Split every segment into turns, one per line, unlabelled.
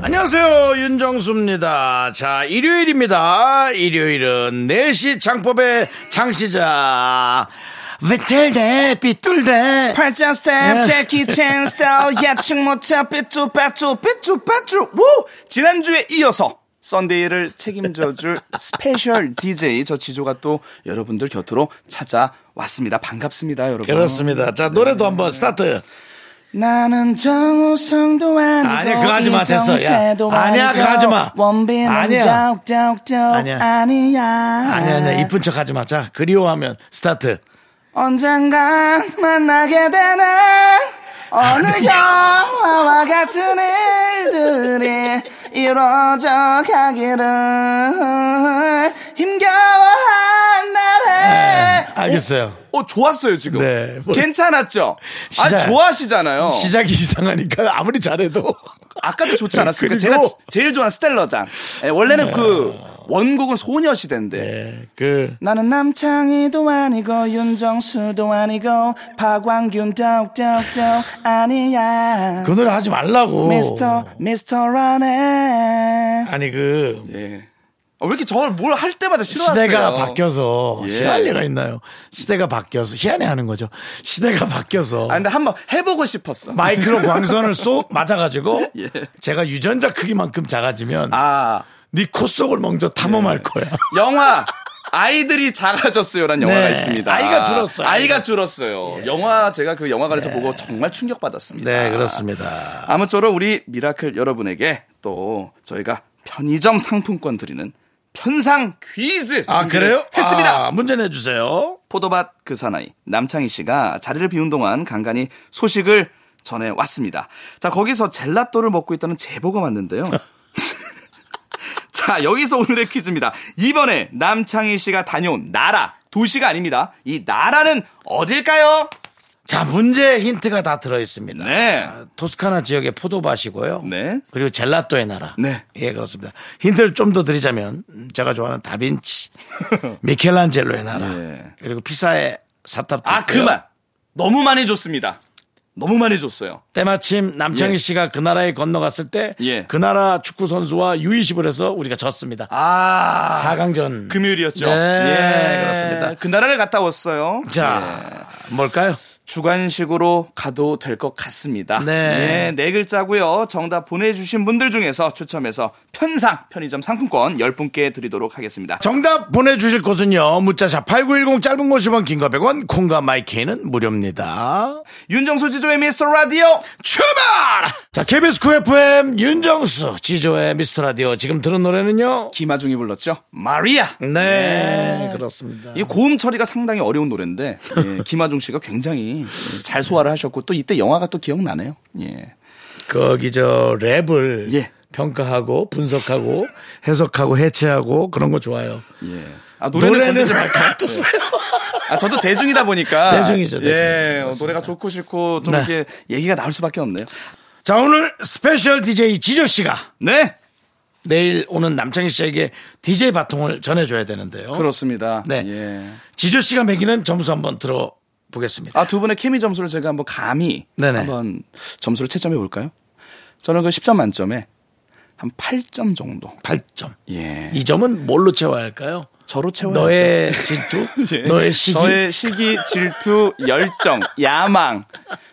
안녕하세요 윤정수입니다 자 일요일입니다 일요일은 4시 창법의 창시자 외텔대 삐뚤대
팔짱
네.
스텝, 재키 챈 스타일, 야충 모차, 삐뚤, 빠뚤, 삐뚤, 빠뚤, 우! 지난주에 이어서 썬데이를 책임져줄 스페셜 DJ 저 지조가 또 여러분들 곁으로 찾아왔습니다. 반갑습니다, 여러분.
그렇습니다 자
네.
노래도 한번 스타트
나는 정우성도 아니고
아니야, 그거 하지 마, 됐어. 야.
이정재도
아니야,
아니고
그거 하지 마.
원빈은
아니야.
더욱더욱더욱
아니야.
아니야.
아니 아니 이쁜 척 하지마 자 그리워하면 스타트
언젠가 만나게 되는 어느 영화와 같은 일들이 이루어져 가기를 힘겨워한 네. 날에
네, 알겠어요
어, 좋았어요 지금
네, 뭘-
괜찮았죠
시작.
아 좋아하시잖아요
시작이 이상하니까 아무리 잘해도
아까도 좋지
그리고-
않았습니까
네.
제가 지- 제일 좋아하는 스텔러장 예, 원래는 그 원곡은 소녀시대인데
예그
나는 남창희도 아니고 윤정수도 아니고 박광균 더욱더욱더 아니야
그 노래 하지 말라고
미스터 미스터 라네
아니 그
예. 아, 왜 이렇게 저를 뭘 할 때마다 싫어하세요
시대가 바뀌어서
예.
싫어할 리가 있나요? 시대가 바뀌어서 희한해하는 거죠. 시대가 바뀌어서
아 근데 한번 해보고 싶었어
마이크로 광선을 쏙 맞아가지고
예.
제가 유전자 크기만큼 작아지면
아 예.
네 코 속을 먼저 탐험할 거야.
영화 아이들이 작아졌어요라는
네.
영화가 있습니다
아이가 줄었어요.
아이가 줄었어요 영화 제가 그 영화관에서 보고 정말 충격받았습니다
네 그렇습니다.
아무쪼록 우리 미라클 여러분에게 또 저희가 편의점 상품권 드리는 편상 퀴즈
아
준비를
그래요?
했습니다.
아, 문제 내주세요.
포도밭 그 사나이 남창희 씨가 자리를 비운 동안 간간히 소식을 전해 왔습니다. 자 거기서 젤라또를 먹고 있다는 제보가 왔는데요. 자 여기서 오늘의 퀴즈입니다. 이번에 남창희 씨가 다녀온 나라 도시가 아닙니다. 이 나라는 어딜까요?
자 문제 힌트가 다 들어 있습니다.
네.
토스카나 지역의 포도밭이고요.
네.
그리고 젤라또의 나라.
네.
예, 그렇습니다. 힌트를 좀 더 드리자면 음, 제가 좋아하는 다빈치, 미켈란젤로의 나라.
네.
그리고 피사의 사탑도
아
있고요.
그만 너무 많이 줬습니다. 너무 많이 줬어요.
때마침 남창희
예.
씨가 그 나라에 건너갔을 때 그
예.
나라 축구 선수와 유이십을 해서 우리가 졌습니다.
아
4강전
금요일이었죠.
네,
예,
그렇습니다.
그 나라를 갔다 왔어요. 예.
자, 뭘까요?
주관식으로 가도 될 것 같습니다.
네.
예, 네 글자고요. 정답 보내주신 분들 중에서 추첨해서 편상 편의점 상품권 10분께 드리도록 하겠습니다.
정답 보내주실 곳은요. 문자샵 8910 짧은 거 50원 긴 거 100원 콩과 마이케이는 무료입니다.
윤정수 지조의 미스터 라디오
출발! 자, KBS 쿨 FM 윤정수 지조의 미스터 라디오 지금 들은 노래는요.
김아중이 불렀죠. 마리아.
네,
예.
그렇습니다.
이 고음 처리가 상당히 어려운 노래인데 예, 김아중 씨가 굉장히 잘 소화를 하셨고 또 이때 영화가 또 기억나네요. 예.
거기 저 랩을
예.
평가하고 분석하고 해석하고 해체하고 그런 거 좋아요.
예. 아, 노래는 건드리지 말까요?
놔두세요.
아, 저도 대중이다 보니까.
대중이죠, 대중.
예, 어, 노래가 좋고 싫고 좀
네.
이렇게 얘기가 나올 수밖에 없네요.
자 오늘 스페셜 DJ 지조 씨가
네,
내일 오는 남창희 씨에게 DJ 바통을 전해줘야 되는데요.
그렇습니다.
네.
예.
지조 씨가 매기는 점수 한번 들어보겠습니다.
아, 두 분의 케미 점수를 제가 한번 감히
네네.
한번 점수를 채점해 볼까요? 저는 그 10점 만점에 한 8점 정도.
8점.
예.
이 점은 뭘로 채워야 할까요?
저로 채워야죠.
너의 질투,
예.
너의 시기.
저의 시기, 질투, 열정, 야망,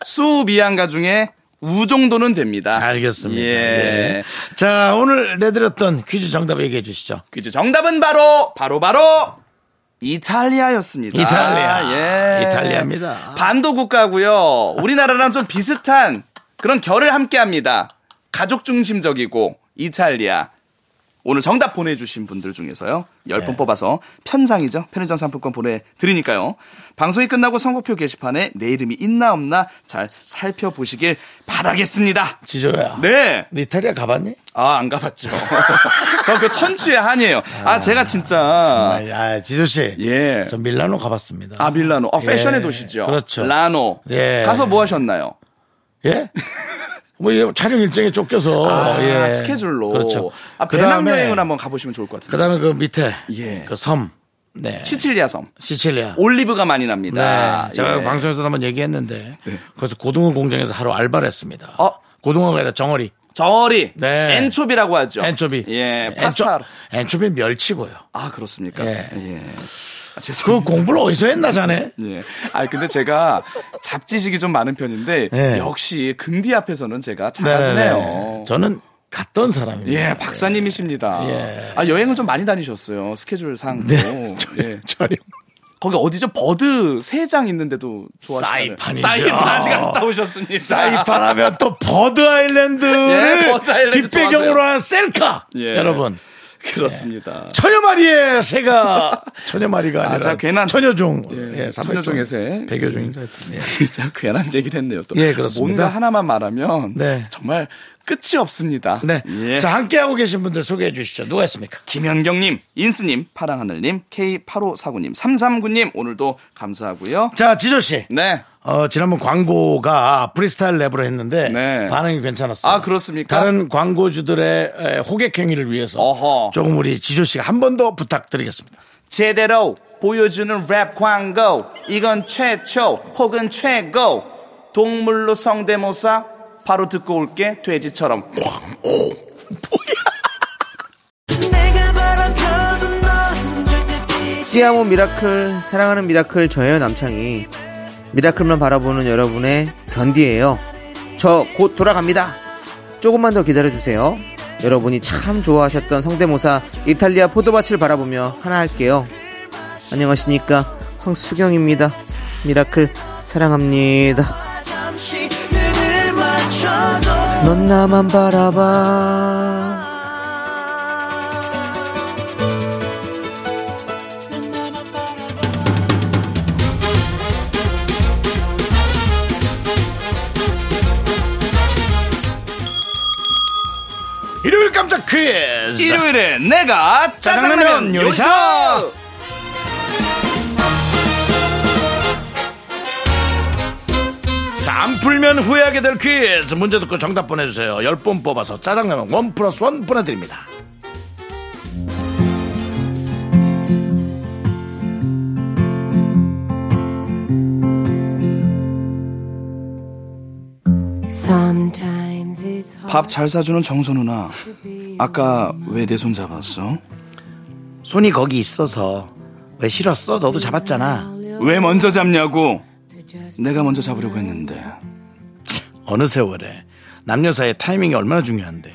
수미양가 중에 우 정도는 됩니다.
알겠습니다.
예.
예. 자 오늘 내드렸던 퀴즈 정답 얘기해 주시죠.
퀴즈 정답은 바로 바로 바로 이탈리아였습니다.
이탈리아.
예.
이탈리아입니다.
반도 국가고요. 우리나라랑 좀 비슷한 그런 결을 함께합니다. 가족 중심적이고 이탈리아 오늘 정답 보내주신 분들 중에서요. 10분
네.
뽑아서 편상이죠. 편의점 상품권 보내드리니까요. 방송이 끝나고 선곡표 게시판에 내 이름이 있나 없나 잘 살펴보시길 바라겠습니다.
지조야.
네.
너 이탈리아 가봤니?
아, 안 가봤죠. 저 그 천추의 한이에요. 아, 제가 진짜.
아, 아, 지조 씨.
예.
저 밀라노 가봤습니다.
아, 밀라노. 어, 패션의
예,
도시죠.
그렇죠.
라노.
예.
가서 뭐 하셨나요?
예? 뭐 예, 촬영 일정에 쫓겨서
아,
예.
스케줄로.
그렇죠.
아, 배낭 여행을 한번 가보시면 좋을 것 같은데.
그다음에 그 밑에
예.
그 섬. 네.
시칠리아 섬.
시칠리아.
올리브가 많이
네.
납니다.
제가
예. 네.
방송에서 한번 얘기했는데 거기서 고등어 공장에서 하루 알바를 했습니다.
어?
고등어가 아니라 정어리.
저리.
네.
엔초비라고 하죠.
엔초비.
예. 파스타.
엔초, 비는 멸치고요.
아, 그렇습니까?
예.
아,
그
죄송합니다.
공부를 어디서 했나 자네?
예. 아 근데 제가 잡지식이 좀 많은 편인데
예. 네,
역시 긍디 앞에서는 제가
네네네.
작아지네요.
저는 갔던 사람입니다.
예, 박사님이십니다.
예.
아 여행을 좀 많이 다니셨어요. 스케줄 상도.
네.
예.
촬영.
거기 어디죠? 버드 세 장 있는데도 좋아하시잖아요.
사이판이죠.
사이판 갔다 오셨습니다.
사이판 하면 또 버드 아일랜드를
예, 버드 아일랜드
뒷배경으로
좋아하세요.
한 셀카.
예.
여러분.
그렇습니다.
천여 마리의 새가 천여 마리가 아니라
자, 괜한-
천여종
예,
예,
천여종의 새.
백여종인가 하여튼, 예.
참 괜한 얘기를 했네요. 또
예, 그렇습니다.
뭔가 하나만 말하면
네.
정말 끝이 없습니다.
네.
예.
자 함께 하고 계신 분들 소개해 주시죠. 누가 있습니까?
김현경님, 인스님, 파랑하늘님, K8549님, 339님 오늘도 감사하고요.
자 지조 씨.
네.
어, 지난번 광고가 프리스타일 랩으로 했는데
네.
반응이 괜찮았어요.
아, 그렇습니까?
다른 광고주들의 에, 호객행위를 위해서
어허.
조금 우리 지조 씨가 한 번 더 부탁드리겠습니다.
제대로 보여주는 랩 광고 이건 최초 혹은 최고 동물로 성대모사 바로 듣고 올게 돼지처럼
내가 바라펴던 넌 절대 빛이
시아모 미라클 사랑하는 미라클 저예요 남창희 미라클만 바라보는 여러분의 견디예요 저 곧 돌아갑니다 조금만 더 기다려주세요 여러분이 참 좋아하셨던 성대모사 이탈리아 포도밭을 바라보며 하나 할게요 안녕하십니까 황수경입니다 미라클 사랑합니다
잠시 눈을 맞춰도
넌 나만 바라봐
일요일 깜짝 퀴즈.
일요일에 내가 짜장라면
짜장라면 요리사!
요리사
자, 안 풀면 후회하게 될 퀴즈. 문제 듣고 정답 보내주세요. 10번 뽑아서 짜장라면 원 플러스 원 보내드립니다.
Sometimes it's hard
밥 잘 사주는 정소 누나 아까 왜 내 손 잡았어?
손이 거기 있어서 왜 싫었어? 너도 잡았잖아.
왜 먼저 잡냐고
to just
내가 먼저 잡으려고 했는데
어느 세월에 남녀 사이의 타이밍이 얼마나 중요한데.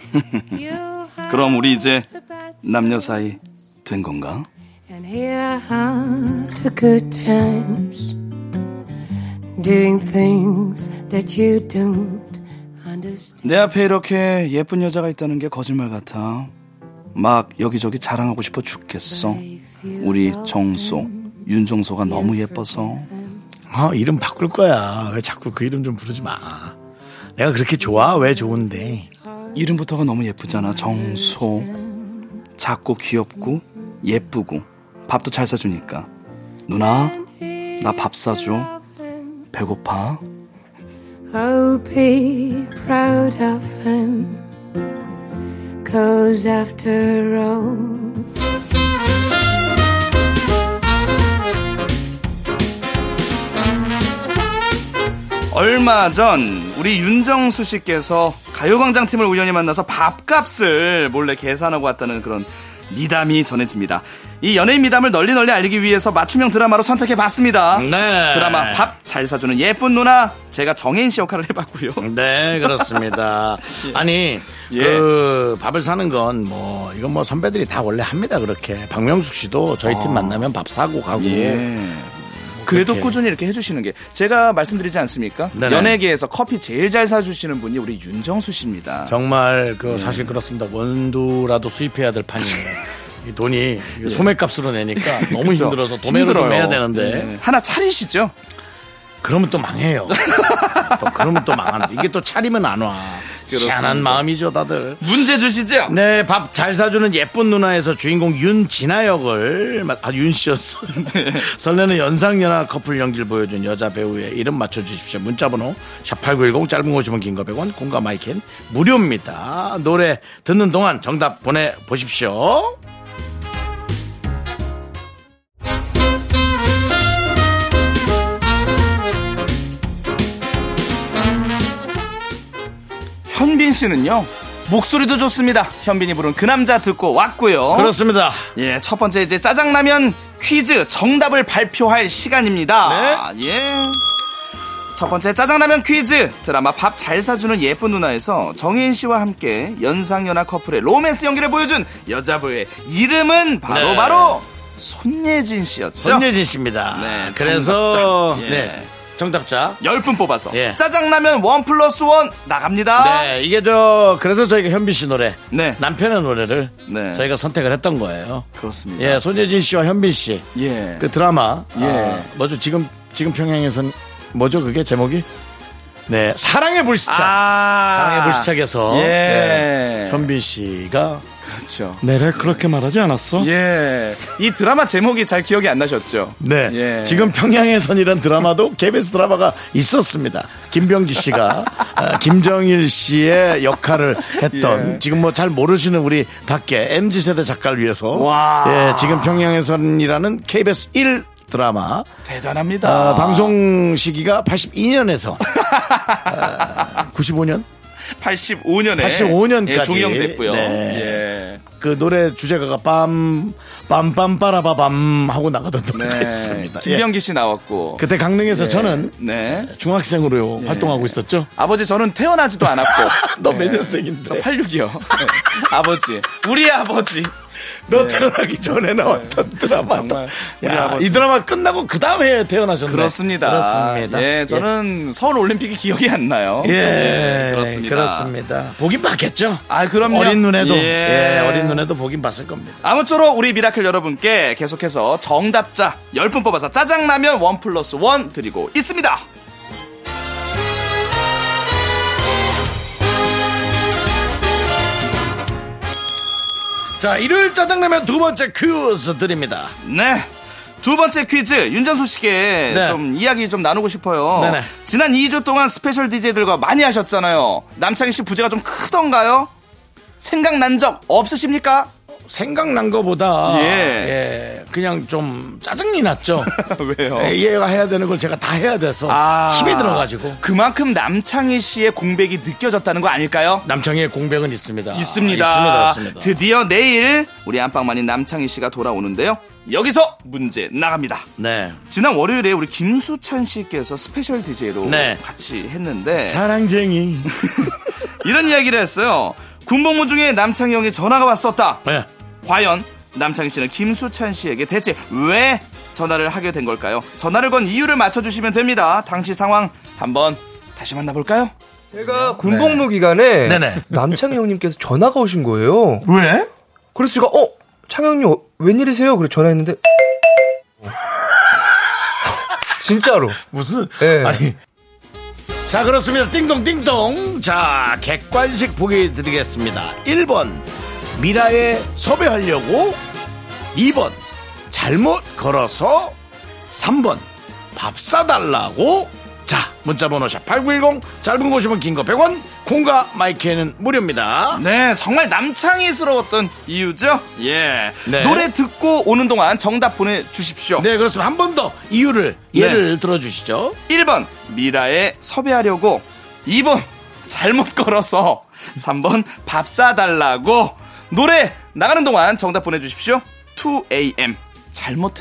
you have
그럼 우리 이제
the bad
남녀 사이 된 건가?
and here are the good times doing things that you don't understand
내 앞에 이렇게 예쁜 여자가 있다는 게 거짓말 같아 막 여기저기 자랑하고 싶어 죽겠어 우리 정소 윤정소가 너무 예뻐서
아, 이름 바꿀 거야. 왜 자꾸 그 이름 좀 부르지 마. 내가 그렇게 좋아? 왜 좋은데?
이름부터가 너무 예쁘잖아 정소 작고 귀엽고 예쁘고 밥도 잘 사주니까 누나 나 밥 사줘
of them
배고파
oh be proud of them cause after all
얼마 전 우리 윤정수 씨께서 가요광장 팀을 우연히 만나서 밥값을 몰래 계산하고 왔다는 그런 미담이 전해집니다. 이 연예인 미담을 널리 널리 알리기 위해서 맞춤형 드라마로 선택해 봤습니다.
네.
드라마 밥 잘 사주는 예쁜 누나 제가 정혜인 씨 역할을 해봤고요.
네, 그렇습니다. 아니,
예.
그 밥을 사는 건 뭐, 이건 뭐
아.
예. 선배들이 다 원래 합니다. 그렇게. 박명숙 씨도 저희 팀 만나면 밥 사고 가고.
예. 그래도
이렇게.
꾸준히 이렇게 해주시는 게 제가 말씀드리지 않습니까?
네네.
연예계에서 커피 제일 잘 사주시는 분이 우리 윤정수 씨입니다.
정말
예.
그 사실 그렇습니다. 원두라도 수입해야 될 판이에요. 이 돈이 소매값으로 내니까 너무
예. 그쵸?
힘들어서 도매로 좀
힘들어요.
해야 되는데
네. 하나 차리시죠?
그러면 또 망해요. 또 그러면 또 망한다. 이게 또 차리면 안 와. 희한한 마음이죠, 다들.
문제 주시죠?
네, 밥 잘 사주는 예쁜 누나에서 주인공 윤진아 역을 맡- 아 윤씨였어.
네.
설레는 연상연하 커플 연기를 보여준 여자 배우의 이름 맞춰주십시오. 문자번호 샵8910 짧은 거 오시면 긴거 100원 공감 마이켄 무료입니다. 노래 듣는 동안 정답 보내보십시오.
어? 현빈 씨는요. 목소리도 좋습니다. 현빈이 부른 그 남자 듣고 왔고요.
그렇습니다.
예, 첫 번째 이제 짜장라면 퀴즈 정답을 발표할 시간입니다.
네.
예. 첫 번째 짜장라면 퀴즈 드라마 밥 잘 사주는 예쁜 누나에서 정혜인 씨와 함께 연상연하 커플의 로맨스 연기를 보여준 여자부의 이름은 바로
네.
바로 손예진 씨였죠.
손예진 씨입니다.
네,
그래서
정답자. 예.
네, 정답자.
10분 뽑아서
예.
짜장라면 원 플러스 원 나갑니다.
네, 이게 저 그래서 저희가 현빈 씨 노래,
네.
남편의 노래를
네.
저희가 선택을 했던 거예요.
그렇습니다.
예, 손예진 씨와 현빈 씨.
예.
그 드라마.
예.
아, 뭐죠? 지금 지금 평양에선 뭐죠? 그게 제목이? 네, 사랑의 불시착. 사랑의 불시착에서
아. 예.
네, 현빈 씨가
그렇죠.
내가 그렇게 말하지 않았어?
예. 이 드라마 제목이 잘 기억이 안 나셨죠?
네.
예.
지금 평양에선이란 드라마도 KBS 드라마가 있었습니다. 김병기 씨가 어, 김정일 씨의 역할을 했던
예.
지금 뭐 잘 모르시는 우리 밖에 MZ 세대 작가를 위해서
와.
예, 지금 평양에선이라는 KBS 1 드라마
대단합니다.
아, 방송 시기가 82년에서 어, 95년
85년에
85년까지.
예, 종영됐고요.
네.
예.
그 노래 주제가가 빰 빰빰빠라바밤 하고 나가던 노래가
네.
있습니다. 예.
김병기 예. 씨 나왔고.
그때 강릉에서 저는
네.
중학생으로 활동하고 있었죠.
아버지 저는 태어나지도 않았고.
너 몇 년생인데?
86이요. 아버지. 우리 아버지.
네. 너 태어나기 전에 나왔던 드라마.
네. 정말 우리
야,
아버지.
이 드라마 끝나고 그 다음 해에 태어나셨네.
그렇습니다.
그렇습니다.
예, 저는 서울 올림픽이 기억이 안 나요.
예,
네,
그렇습니다. 그렇습니다. 보긴 봤겠죠.
아, 그럼요.
어린 눈에도
예.
예, 어린 눈에도 보긴 봤을 겁니다.
아무쪼록 우리 미라클 여러분께 계속해서 정답자 10분 뽑아서 짜장라면 원 플러스 원 드리고 있습니다.
자, 일요일 짜장라면 두 번째 큐스 드립니다.
네. 두 번째 퀴즈 윤정수 씨께
네.
좀 이야기 좀 나누고 싶어요.
네네.
지난 2주 동안 스페셜 DJ들과 많이 하셨잖아요. 남창희 씨 부재가 좀 크던가요? 생각난 적 없으십니까?
생각난 거보다
예.
예, 그냥 좀 짜증이 났죠.
왜요?
예, 얘가 해야 되는 걸 제가 다 해야 돼서
어. 아.
힘이 들어가지고
그만큼 남창희 씨의 공백이 느껴졌다는 거 아닐까요?
남창희의 공백은 있습니다. 아,
있습니다.
있습니다. 있습니다.
드디어 내일 우리 안방만인 남창희 씨가 돌아오는데요. 여기서 문제 나갑니다.
네.
지난 월요일에 우리 김수찬 씨께서 스페셜 DJ로
네.
같이 했는데
사랑쟁이.
이런 이야기를 했어요. 군복무 중에 남창희 형이 전화가 왔었다.
예.
과연 남창희 씨는 김수찬 씨에게 대체 왜 전화를 하게 된 걸까요? 전화를 건 이유를 맞춰주시면 됩니다. 당시 상황 한번 다시 만나볼까요?
제가 군복무 기간에
네네.
남창희 형님께서 전화가 오신 거예요.
왜?
그래서 제가 어 창영님 어, 웬일이세요? 그래 전화했는데 어. 진짜로
무슨
예.
아니. 자, 그렇습니다. 띵동 띵동. 자, 객관식 보기 드리겠습니다. 1번. 미라에 섭외하려고 2번. 잘못 걸어서 3번. 밥 사달라고 자, 문자번호 샵8910 짧은 곳이면 긴 거 100원 콩과 마이크에는 무료입니다.
네, 정말 남창희스러웠던 이유죠? 예.
네.
노래 듣고 오는 동안 정답 보내주십시오.
네, 그렇습니다. 한 번 더 이유를 예를 들어주시죠.
1번 미라에 섭외하려고 2번 잘못 걸어서 3번 밥 사달라고 노래 나가는 동안 정답 보내주십시오 2am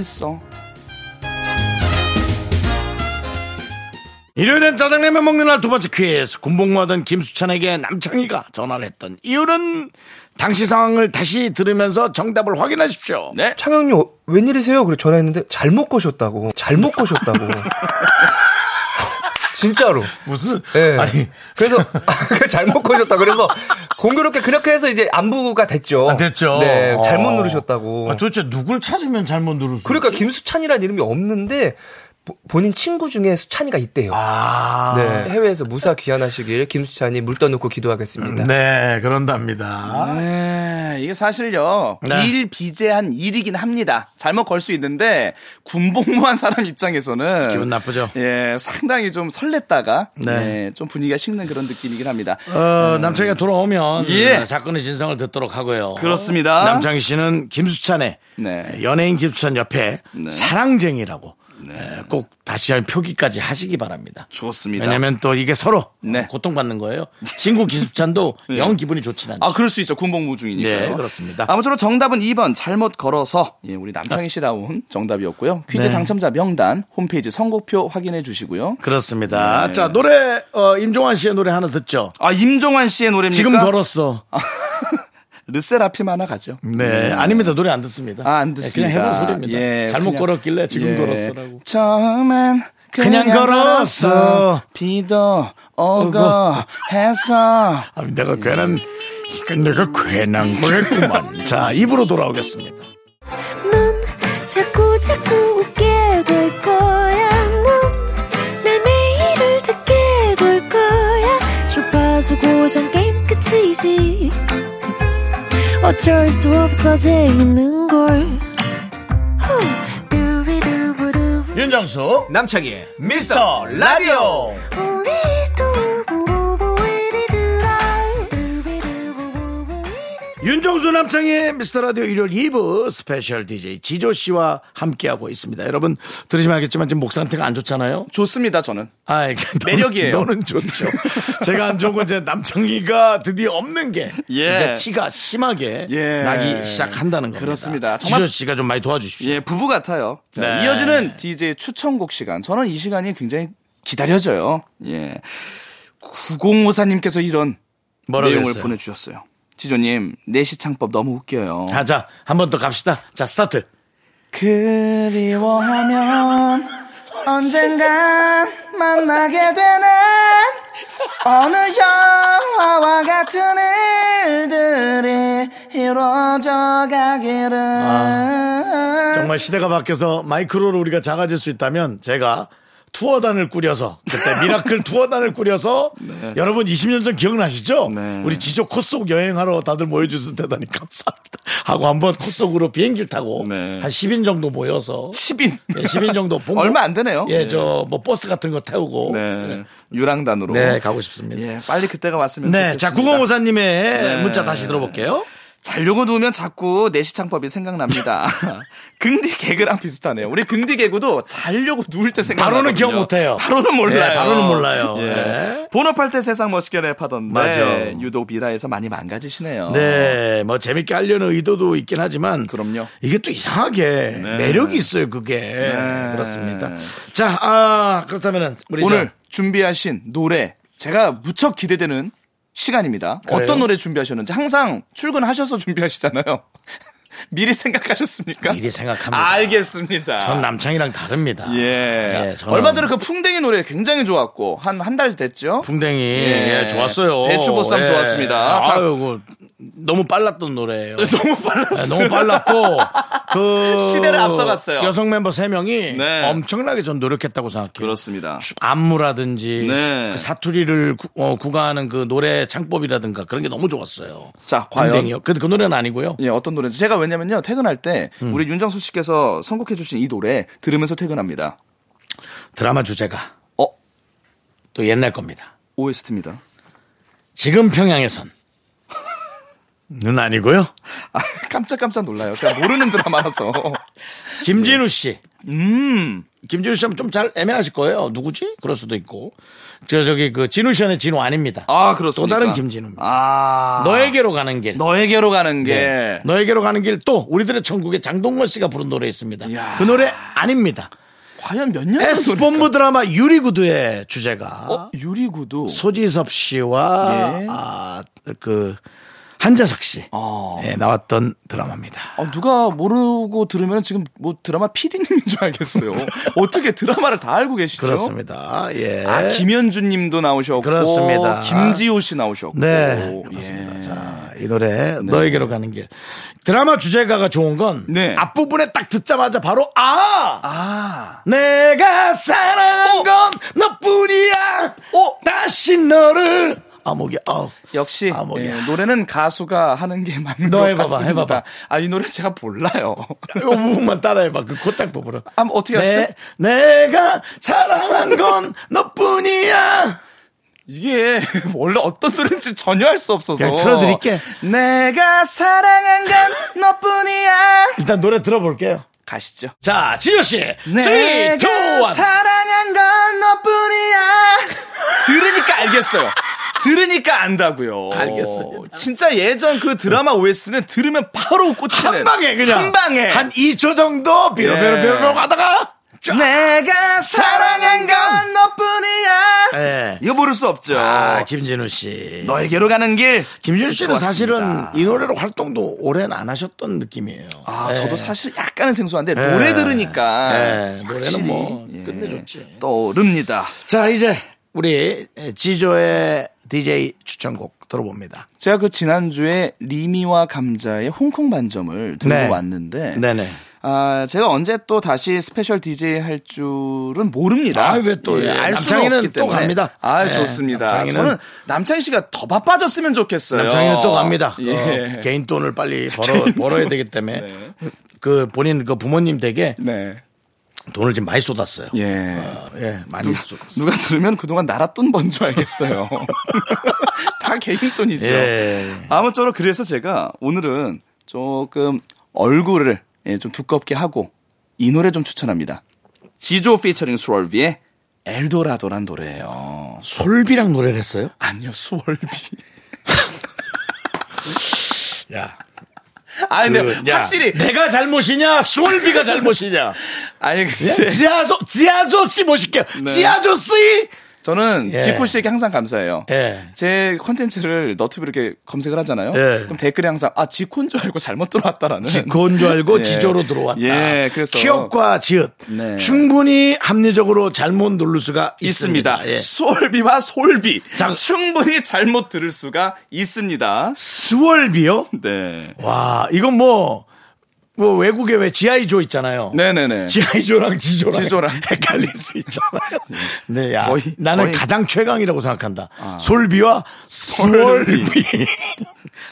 잘못했어
일요일엔 짜장라면 먹는 날 두 번째 퀴즈. 군복무하던 김수찬에게 남창희가 전화를 했던 이유는 당시 상황을 다시 들으면서 정답을 확인하십시오.
네.
창영님 어, 웬일이세요? 그래 전화했는데 잘못 거셨다고. 잘못 거셨다고. 진짜로.
무슨
예.
아니
그래서 그 잘못 거셨다. 그래서 공교롭게 그렇게 해서 이제 안부가 됐죠.
안 아, 됐죠.
네, 잘못
어.
누르셨다고.
아, 도대체 누굴 찾으면 잘못 누를 수?
그러니까
있지?
김수찬이라는 이름이 없는데 보- 본인 친구 중에 수찬이가 있대요.
아.
네,
네.
해외에서 무사 귀환하시길 김수찬이 물 떠놓고 기도하겠습니다.
네, 그런답니다.
네, 이게 사실요
아. 네.
일 비제한 일이긴 합니다. 잘못 걸 수 있는데 군복무한 사람 입장에서는
기분 나쁘죠?
예, 상당히 좀 설렜다가
네.
예, 좀 분위기가 식는 그런 느낌이긴 합니다.
어, 남창이가 돌아오면
예.
사건의 진상을 듣도록 하고요.
그렇습니다.
남창희 씨는 김수찬의
네.
연예인 김수찬 옆에 사랑쟁이라고 에, 꼭 다시 한 표기까지 하시기 바랍니다.
좋습니다.
왜냐면 또 이게 서로
네.
고통받는 거예요. 친구 김수찬도 영 기분이 좋진 않죠.
아, 그럴 수 있죠. 군복무 중이니까요.
네, 그렇습니다.
아무쪼록 정답은 2번 잘못 걸어서 예, 우리 남창희 씨다운 정답이었고요. 퀴즈
네.
당첨자 명단 홈페이지 선곡표 확인해 주시고요.
그렇습니다. 자, 노래, 어, 임종환 씨의 노래 하나 듣죠.
아, 임종환 씨의 노래입니까?
지금 걸었어.
르세라핌 하나 가죠.
아, 네, 아닙니다. 노래 안 듣습니다.
아, 안 듣습니다.
네, 그냥 해본 소리입니다.
예,
잘못
그냥-
걸었길래 지금
예.
걸었어라고.
처음엔
그냥
그냥,
걸었어.
걸었어. 비도 오고
오고.
해서
아, 내가 괜한, 이건 내가 괜한 거였구만. 자, 입으로 돌아오겠습니다.
넌 자꾸 자꾸 웃게 될 거야. 넌내 매일을 듣게 될 거야. 주파수 고정 게임 끝이지. 어쩔 수 없어 재밌는 걸. 후. 두비두부두.
윤정수, 남창희의 미스터 라디오.
우리 두부부부 우리들아. 두비두부부부 우리들아.
윤정수 남창의 미스터 라디오 일요일 2부 스페셜 DJ 지조 씨와 함께하고 있습니다. 여러분 들으시면 알겠지만 지금 목 상태가 안 좋잖아요.
좋습니다. 저는
아, 그러니까 너는-
매력이에요.
너는 좋죠. 제가 안 좋은 건 이제 남창희가 드디어 없는 게
예.
이제 티가 심하게
예.
나기 시작한다는 겁니다.
그렇습니다. 정말-
지조 씨가 좀 많이 도와주십시오.
예 부부 같아요. 자,
네.
이어지는 DJ 추천곡 시간. 저는 이 시간이 굉장히 기다려져요. 예 9054님께서 이런
뭐라고
내용을
했어요?
보내주셨어요. 지조님 내시창법 너무 웃겨요.
자, 자, 한 번 더 갑시다. 자, 스타트.
그리워하면 언젠간 만나게 되는 어느 영화와 같은 일들이 이루어져 가기를
정말 시대가 바뀌어서 마이크로로 우리가 작아질 수 있다면 제가 투어단을 꾸려서 그때 미라클 투어단을 꾸려서 여러분 20년 전 기억나시죠?
네.
우리 지조 콧속 여행하러 다들 모여주셔서 대단히 감사합니다. 하고 한번 콧속으로 비행기를 타고
네.
한 10인 정도 모여서
10인
네, 10인 정도 봉-
얼마 안 되네요.
예, 저 뭐 버스 같은 거 태우고
네. 유랑단으로
네, 가고 싶습니다.
예, 빨리 그때가 왔으면
네, 자
좋겠습니다.
9054님의
네.
문자 다시 들어볼게요.
자려고 누우면 자꾸 내시창법이 생각납니다. 긍디 개그랑 비슷하네요. 우리 긍디 개그도 자려고 누울 때 생각.
바로는 기억 못해요.
바로는 몰라요.
예, 바로는 몰라요. 예.
본업할 때 세상 멋있게 랩하던데
맞아.
유독 미라에서 많이 망가지시네요.
네, 뭐 재밌게 하려는 의도도 있긴 하지만
어. 그럼요. 네.
이게 또 이상하게 매력이 있어요, 그게 그렇습니다. 자, 아, 그렇다면은 우리
오늘 준비하신 노래 제가 무척 기대되는 시간입니다.
그래요?
어떤 노래 준비하셨는지 항상 출근하셔서 준비하시잖아요. 미리 생각하셨습니까?
저 미리 생각합니다.
알겠습니다.
전 남창이랑 다릅니다.
예.
예, 저는-
얼마 전에 그 풍뎅이 노래 굉장히 좋았고 한 한 달 됐죠?
풍뎅이
예.
예, 좋았어요. 예.
배추보쌈 좋았습니다. 자-
아유, 그, 너무 빨랐던 노래예요.
너무
네,
빨랐어요.
너무 빨랐고 그
시대를 앞서갔어요.
여성 멤버 세 명이
네.
엄청나게 전 노력했다고 생각해요.
그렇습니다.
춤, 안무라든지
네.
그 사투리를 구, 가하는그 노래 창법이라든가 그런 게 너무 좋았어요.
자, 과연.
풍뎅이요. 근데 그 노래는 아니고요.
예, 어떤 노래인지 제가 왜냐면요. 퇴근할 때
음.
우리 윤정수 씨께서 선곡해 주신 이 노래 들으면서 퇴근합니다.
드라마 주제가
어,
또 옛날 겁니다.
OST입니다.
지금 평양에선 는 아니고요.
아, 깜짝깜짝 놀라요. 제가 모르는 드라마라서.
김진우 씨.
네. 음.
김진우 씨 하면 좀 잘 애매하실 거예요. 누구지? 그럴 수도 있고. 저 저기 그 진우 씨는 진우 아닙니다.
아, 그렇습니다.
또 다른 김진우입니다.
아.
너에게로 가는 길.
너에게로 가는 게
네. 너에게로 가는 길 또 우리들의 천국에 장동건 씨가 부른 노래 있습니다.
이야.
그 노래 아닙니다.
과연 몇 년?
S 본부 드라마 유리구두의 주제가
어, 유리구두.
소지섭 씨와
예.
아, 그 한자석 씨
어.
예, 나왔던 드라마입니다.
어, 누가 모르고 들으면 지금 뭐 드라마 PD님인 줄 알겠어요. 어떻게 드라마를 다 알고 계시죠?
그렇습니다. 예.
아, 김현준 님도 나오셨고.
그렇습니다.
김지호 씨 나오셨고. 예.
네.
그렇습니다.
자, 이 노래 너에게로 가는 길. 드라마 주제가가 좋은 건
네.
앞부분에 딱 듣자마자 바로 아! 내가
어.
사랑한 건 너뿐이야. 다시 너를 아목이 아우.
역시
아, 뭐야.
예, 노래는 가수가 하는 게 맞는
너
것
해봐봐,
같습니다.
해봐봐.
아, 이 노래 제가 몰라요.
이 부분만 따라해봐. 그 곧장 부분을.
한번 아, 어떻게
네.
하시죠?
내가 사랑한 건 너뿐이야.
이게 원래 어떤 노래인지 전혀 알 수 없어서.
그냥 틀어드릴게.
내가 사랑한 건 너뿐이야.
일단 노래 들어볼게요.
가시죠.
자, 지효 씨. 3, 2,
네.
1.
사랑한 건 너뿐이야. 들으니까 알겠어요. 들으니까 안다고요.
알겠습니다.
진짜 예전 그 드라마 OS는 들으면 바로 꽂히는
한 방에 그냥.
한 방에 예.
한 2초 정도 비로비로비로 하다가.
네. 내가 사랑한 건 너뿐이야.
예.
이거 모를 수 없죠.
아, 김진우 씨.
어. 너에게로 가는 길.
김진우 씨는
듣고
사실은
왔습니다.
이 노래로 활동도 오랜 안 하셨던 느낌이에요.
아,
예.
저도 사실 약간은 생소한데
예.
노래 들으니까
예, 노래는
확실히
뭐
예,
끝내줬지.
떠오릅니다.
자, 이제 우리 지조의 DJ 추천곡 들어봅니다.
제가 그 지난주에 리미와 감자의 홍콩 반점을 들고
네.
왔는데
네네.
아, 제가 언제 또 다시 스페셜 DJ 할 줄은 모릅니다.
아, 왜또 예,
알 수는
남창희는
없기
또
때문에.
갑니다.
아,
예,
좋습니다.
남창희는-
저는 남창희 씨가 더 바빠졌으면 좋겠어요.
남창희는 또 갑니다. 그
예.
개인 돈을 빨리 벌어, 벌어야 되기 때문에 그 본인 그 부모님 댁에
네.
돈을 지금 많이 쏟았어요. 예,
예.
많이 쏟았어요.
누가 들으면 그동안 나랏돈 번 줄 알겠어요. 다 개인 돈이죠.
예.
아무쪼록 그래서 제가 오늘은 조금 얼굴을 예, 좀 두껍게 하고 이 노래 좀 추천합니다. 지조 피처링 수월비의 엘도라도란 노래예요.
솔비랑 노래를 했어요?
아니요, 수월비.
야.
아 근데
그, 야, 네.
확실히
내가 잘못이냐 솔비가 잘못이냐
아니
예?
근데
지아조 지아조 씨 모실게요
네.
지아조 씨
저는
예.
지코 씨에게 항상 감사해요.
예.
제 컨텐츠를 너튜브 이렇게 검색을 하잖아요.
예.
그럼 댓글에 항상 아 지코인 줄 알고 잘못 들어왔다라는.
그건 줄 알고
예.
지조로 들어왔다.
예, 그래서
기업과 지읒
네.
충분히 합리적으로 잘못 누를 수가 있습니다.
있습니다.
예.
수월비와 솔비
장-
충분히 잘못 들을 수가 있습니다.
스월비요?
네.
와, 이건 뭐, 뭐 외국에 왜 지아이조 있잖아요.
네네네.
지아이조랑 지조랑,
지조랑.
헷갈릴 수 있잖아요. 네, 야,
거의-
나는
거의- 아.
가장 최강이라고 생각한다. 솔비와 스월비.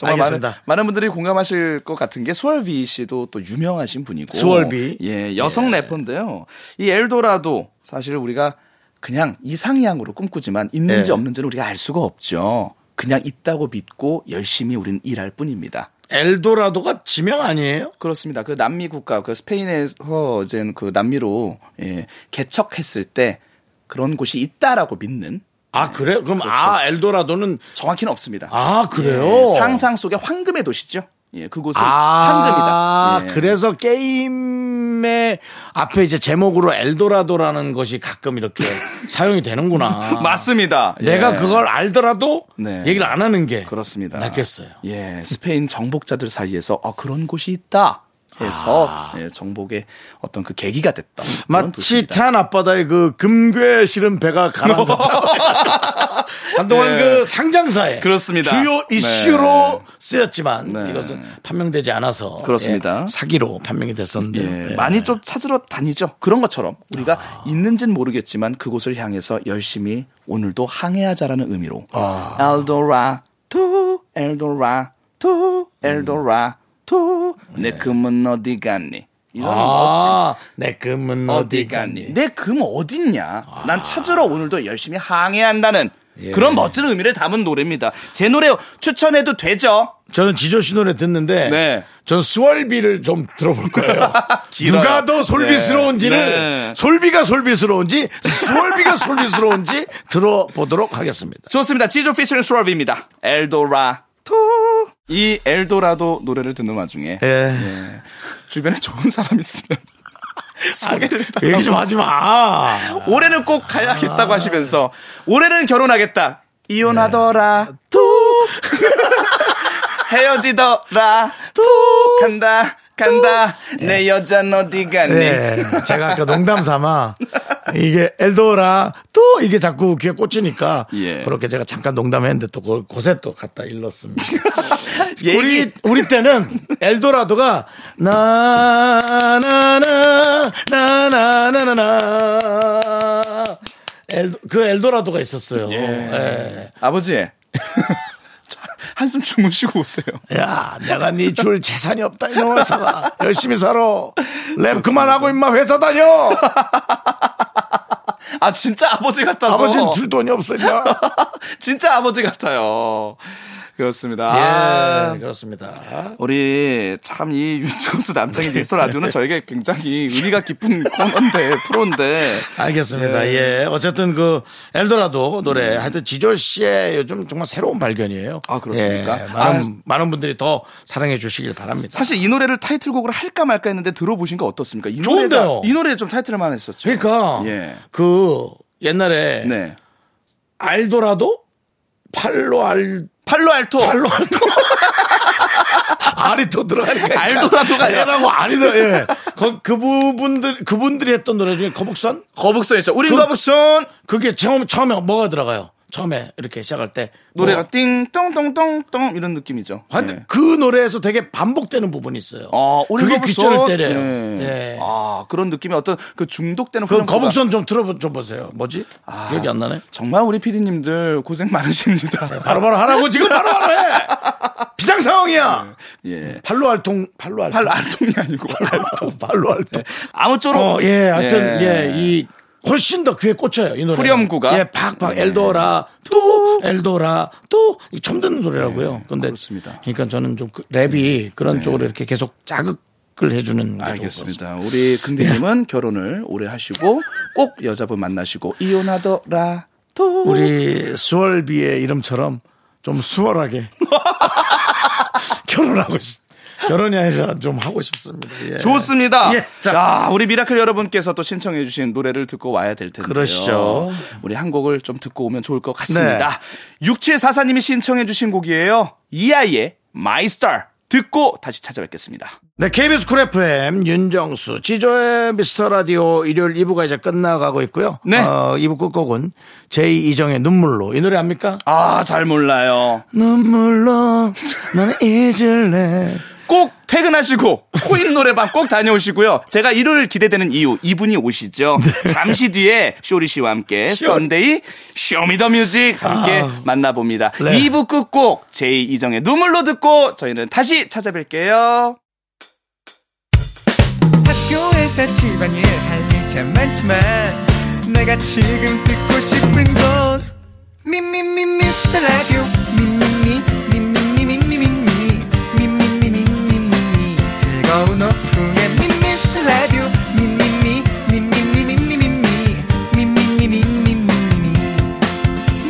정말 많은,
알겠습니다.
많은 분들이 공감하실 것 같은 게 수월비 씨도 또 유명하신 분이고
수월비.
예 여성 래퍼인데요. 이 엘도라도 사실 우리가 그냥 이상향으로 꿈꾸지만 있는지
예.
없는지는 우리가 알 수가 없죠. 그냥 있다고 믿고 열심히 우리는 일할 뿐입니다.
엘도라도가 지명 아니에요?
그렇습니다. 그 남미 국가, 그 스페인에서 이제 그 남미로 예, 개척했을 때 그런 곳이 있다라고 믿는
아, 그래요? 그럼
그렇죠.
아, 엘도라도는
정확히는 없습니다.
아, 그래요?
예, 상상 속의 황금의 도시죠. 예, 그곳은
아,
황금이다. 예.
그래서 게임의 앞에 이제 제목으로 엘도라도라는 것이 가끔 이렇게 사용이 되는구나.
맞습니다. 예.
내가 그걸 알더라도
네.
얘기를 안 하는 게
그렇습니다.
낫겠어요.
예, 스페인 정복자들 사이에서 아 그런 곳이 있다. 해서 예, 정복의 어떤 그 계기가 됐던 그런
아. 마치
도시입니다.
태안 앞바다에 그 금괴 실은 배가 가라앉았다. 한동안
네.
그 상장사에
그렇습니다.
주요
네.
이슈로 쓰였지만
네.
이것은 판명되지 않아서 예,
그렇습니다.
사기로 판명이 됐었는데
예, 많이 좀 찾으러 다니죠. 그런 것처럼 우리가
아.
있는지는 모르겠지만 그곳을 향해서 열심히 오늘도 항해하자라는 의미로
아.
엘도라도 엘도라도 엘도라도 내 금은 어디 갔니? 이런 멋진
네. 아, 내 금은 어디 갔니? 아.
내 금 어딨냐? 난 찾으러 오늘도 열심히 항해한다는
예.
그런 멋진 의미를 담은 노래입니다. 제 노래 추천해도 되죠?
저는 지조 씨 노래 듣는데
네.
전 스월비를 좀 들어볼 거예요.
길어요.
누가 더 솔비스러운지를
네.
솔비가 솔비스러운지 스월비가 솔비스러운지 들어보도록 하겠습니다.
좋습니다. 지조 피처링 수월비입니다. 엘도라도. 이 엘도라도 노래를 듣는 와중에 예, 주변에 좋은 사람 있으면 소개를
그 얘기 좀 하지 마.
올해는 꼭 가야겠다고 하시면서 네. 올해는 결혼하겠다. 이혼하더라도 헤어지더라 간다 간다 내 여잔 어디 갔니
네. 제가 아까 농담 삼아 이게 엘도라 또 이게 자꾸 귀에 꽂히니까
예.
그렇게 제가 잠깐 농담했는데 또 그걸 곳에 또 갖다 일렀습니다.
얘기-
우리 우리 때는 엘도라도가 나나나 나나나나나 엘도 그 엘도라도가 있었어요. 예.
아버지 한숨 주무시고 오세요
야, 내가 네 줄 재산이 없다 이놈아 살아. 열심히 살아. 랩 그만하고 임마 회사 다녀.
아 진짜 아버지 같아서
아버지는 줄 돈이 없어 임마.
진짜 아버지 같아요 그렇습니다 아,
예, 그렇습니다.
우리 참 이 윤정수 남창의 미스터 라디오는 저에게 굉장히 의미가 깊은 코너인데 프로인데
알겠습니다. 예. 어쨌든 그 엘도라도 노래 하여튼 지조 씨의 요즘 정말 새로운 발견이에요.
아, 그렇습니까?
예, 많은
아,
많은 분들이 더 사랑해 주시길 바랍니다.
사실 이 노래를 타이틀곡으로 할까 말까 했는데 들어보신 거 어떻습니까? 이
좋은데요.
노래가- 이 노래 좀 타이틀만 했었죠.
그러니까
예.
그 옛날에
네.
알도라도 팔로 알
팔로 알토.
팔로 알도 알이 또 들어가니까
알도라도가 아니라
라고 알이 더 예. 그, 그 부분들 그분들이 했던 노래 중에 거북선
거북선이죠. 우린
그-
거북선.
그게 처음 처음에 뭐가 들어가요? 처음에 이렇게 시작할 때
노래가
뭐,
띵똥똥똥똥 이런 느낌이죠.
한-
예.
그 노래에서 되게 반복되는 부분이 있어요.
아, 우린
그게
거북선.
귀절을 때려요.
예.
예.
아, 그런 느낌의 어떤 그 중독되는
그
후렴구가- 아.
거북선 좀 들어보세요. 뭐지? 기억이 안 나네.
정말 우리 피디님들 고생 많으십니다.
바로바로 하라고 지금 바로바로 해. 비상 상황이야.
예.
발로 알통 발로 알통
팔로 알통이 아니고
발로 알통 발로 알통.
네. 아무쪼록
어, 예, 하여튼
예.
예, 이 훨씬 더 귀에 꽂혀요 이 노래.
후렴구가? 네.
예, 팍팍 엘도라 또 엘도라 또 이게 처음 듣는 노래라고요. 근데
네, 그렇습니다. 네.
그러니까 저는 좀 그 랩이 그런 쪽으로 이렇게 계속 자극을 해주는 게 좋을 것
알겠습니다. 네. 우리 긍디님은 결혼을 오래 하시고 꼭 여자분 만나시고 이혼하더라. 도
같습니다. 우리 수월비의 이름처럼 좀 수월하게 결혼하고 싶. 결혼이 아니라 좀 하고 싶습니다. 예.
좋습니다.
예, 자.
네. 야, 우리 미라클 여러분께서 또 신청해 주신 노래를 듣고 와야 될 텐데요.
그러시죠.
우리 한 곡을 좀 듣고 오면 좋을 것 같습니다. 6744님이 신청해 주신 곡이에요. 이아이의 마이 스타 듣고 다시 찾아뵙겠습니다.
네, KBS 쿨 FM 윤정수 지조의 미스터 라디오 일요일 2부가 이제 끝나가고 있고요.
네.
어, 2부 끝곡은 제2 이정의 눈물로 이 노래 합니까?
아, 잘 몰라요.
눈물로 나는 잊을래.
꼭 퇴근하시고 코인 노래방 꼭 다녀오시고요. 제가 일요일 기대되는 이유 이분이 오시죠.
네.
잠시 뒤에 쇼리 씨와 함께 썬데이 쇼미더뮤직 함께
아.
만나봅니다.
네.
2부 끝곡 제2 이정의 눈물로 듣고 저희는 다시 찾아뵐게요.
학교에서 집안일 할 일 참 많지만 내가 지금 듣고 싶은 건 미미미 미스터 라디오 미미미 미미미 미미미 미미미 미미미 즐거운 오후에 미스터 라디오 미미미 미미미 미미미 미미미 미미미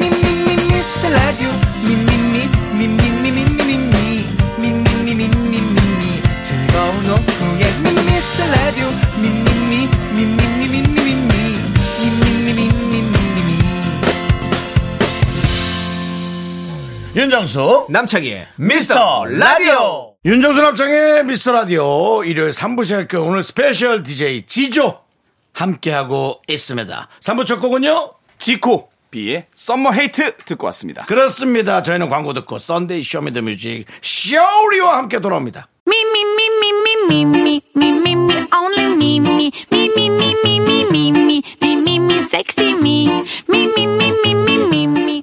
미미미 미스터 라디오 미미미 미미미 미미미 미미미 미미미 즐거운 오후에 Mr. Radio. Mi, mi, mi, mi, mi, mi, mi, mi, mi, mi. Mi, mi, mi, mi, mi, mi, mi.
윤정수
남창희의 미스터 라디오
윤정수 합창의 미스터 라디오 일요일 3부 시작할게요. 오늘 스페셜 DJ 지조 함께하고 있습니다. 3부 첫 곡은요?
지코 B의 썸머 헤이트 듣고 왔습니다.
그렇습니다. 저희는 광고 듣고 썬데이 쇼미더뮤직 쇼리와 함께 돌아옵니다.
Me, me, me, me, me, me, me, me, me, me, only me, me, me, me, me, me, me, me, me, me, me, me, sexy me, me, me, me, me, me, me, me.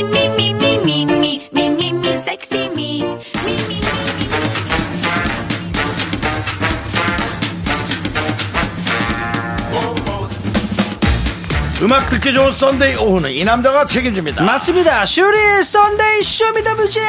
me, me, me, me, me, me, me, me, me, sexy me. Me, me, me, me.
음악 듣기 좋은 썬데이 오후는 이 남자가 책임집니다.
맞습니다. 슈리 썬데이 쇼미더뮤직.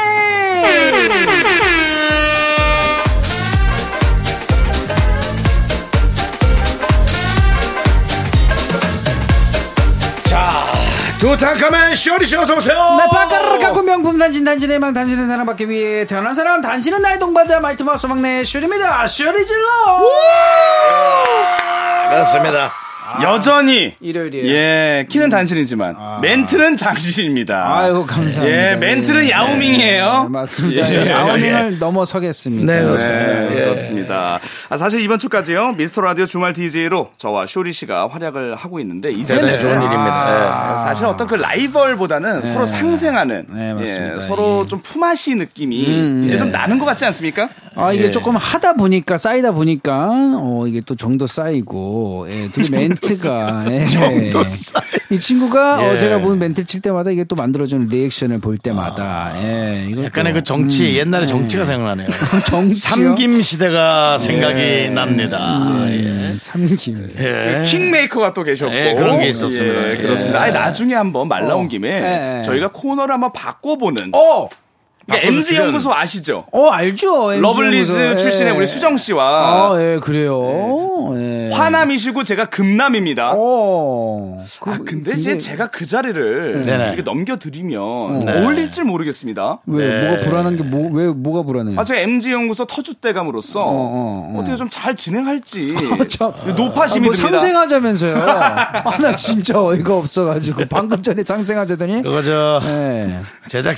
두 탕카맨 쇼리 씨 어서
네,
오세요.
나 바까르르 깎고 네, 명품 단신 단신의 망 단신은 사랑받기 위해 태어난 사람 단신은 나의 동반자 마이트마우스 막내 슈리입니다. 슈리 질러.
그렇습니다.
여전히
아, 일요일이에요. 아.
예 키는 단신이지만 멘트는 장신입니다.
아이고 감사합니다.
예 멘트는 야오밍이에요.
네, 맞습니다. 예, 아우님을 넘어서겠습니다.
네, 그렇습니다.
네, 그렇습니다. 아, 사실 이번 주까지요 미스터 라디오 주말 DJ로 저와 쇼리 씨가 활약을 하고 있는데
대단히
이제는
좋은 일입니다. 예. 네.
아, 사실 어떤 그 라이벌보다는 서로 상생하는
네, 맞습니다.
예, 서로 좀 품앗이 느낌이
음,
이제
네.
좀 나는 것 같지 않습니까?
아
예.
이게 조금 하다 보니까 쌓이다 보니까 어 이게 또 정도 쌓이고 예, 되게 멘트가 예.
정도 쌓이고.
이 친구가
예.
어 제가 보는 멘트를 칠 때마다 이게 또 만들어주는 리액션을 볼 때마다
아.
예 이거
약간의 그 정치 옛날에 정치가 생각나네요. 네.
정치요?
삼김 시대가 생각이 납니다. 예.
삼김
예.
킹메이커가 또 계셨고
예, 그런 게 있었습니다.
예,
예. 어. 네,
그렇습니다. 아니, 나중에 한번 말 나온 김에
예.
저희가 코너를 한번 바꿔보는
어!
그러니까
바꿔서
MZ
출연.
연구소 아시죠?
어 알죠 엔지오
러블리즈
구조.
출신의
예.
우리 수정 씨와
아예 그래요
네.
예.
화남이시고 제가 금남입니다.
어 그,
아, 근데 이제 제가 그 자리를
네네.
이렇게 넘겨드리면
네.
어울릴지 모르겠습니다.
왜 뭐가 불안한 게 뭐 왜 뭐가 불안해
아, 제가 MG연구소 터줏대감으로서 어,
어, 어.
떻게 좀 잘 진행할지
참.
노파심이
뭐
듭니다.
상생하자면서요. 아, 나 진짜 어이가 없어가지고 방금 전에 상생하자더니.
그거 저 어?
예.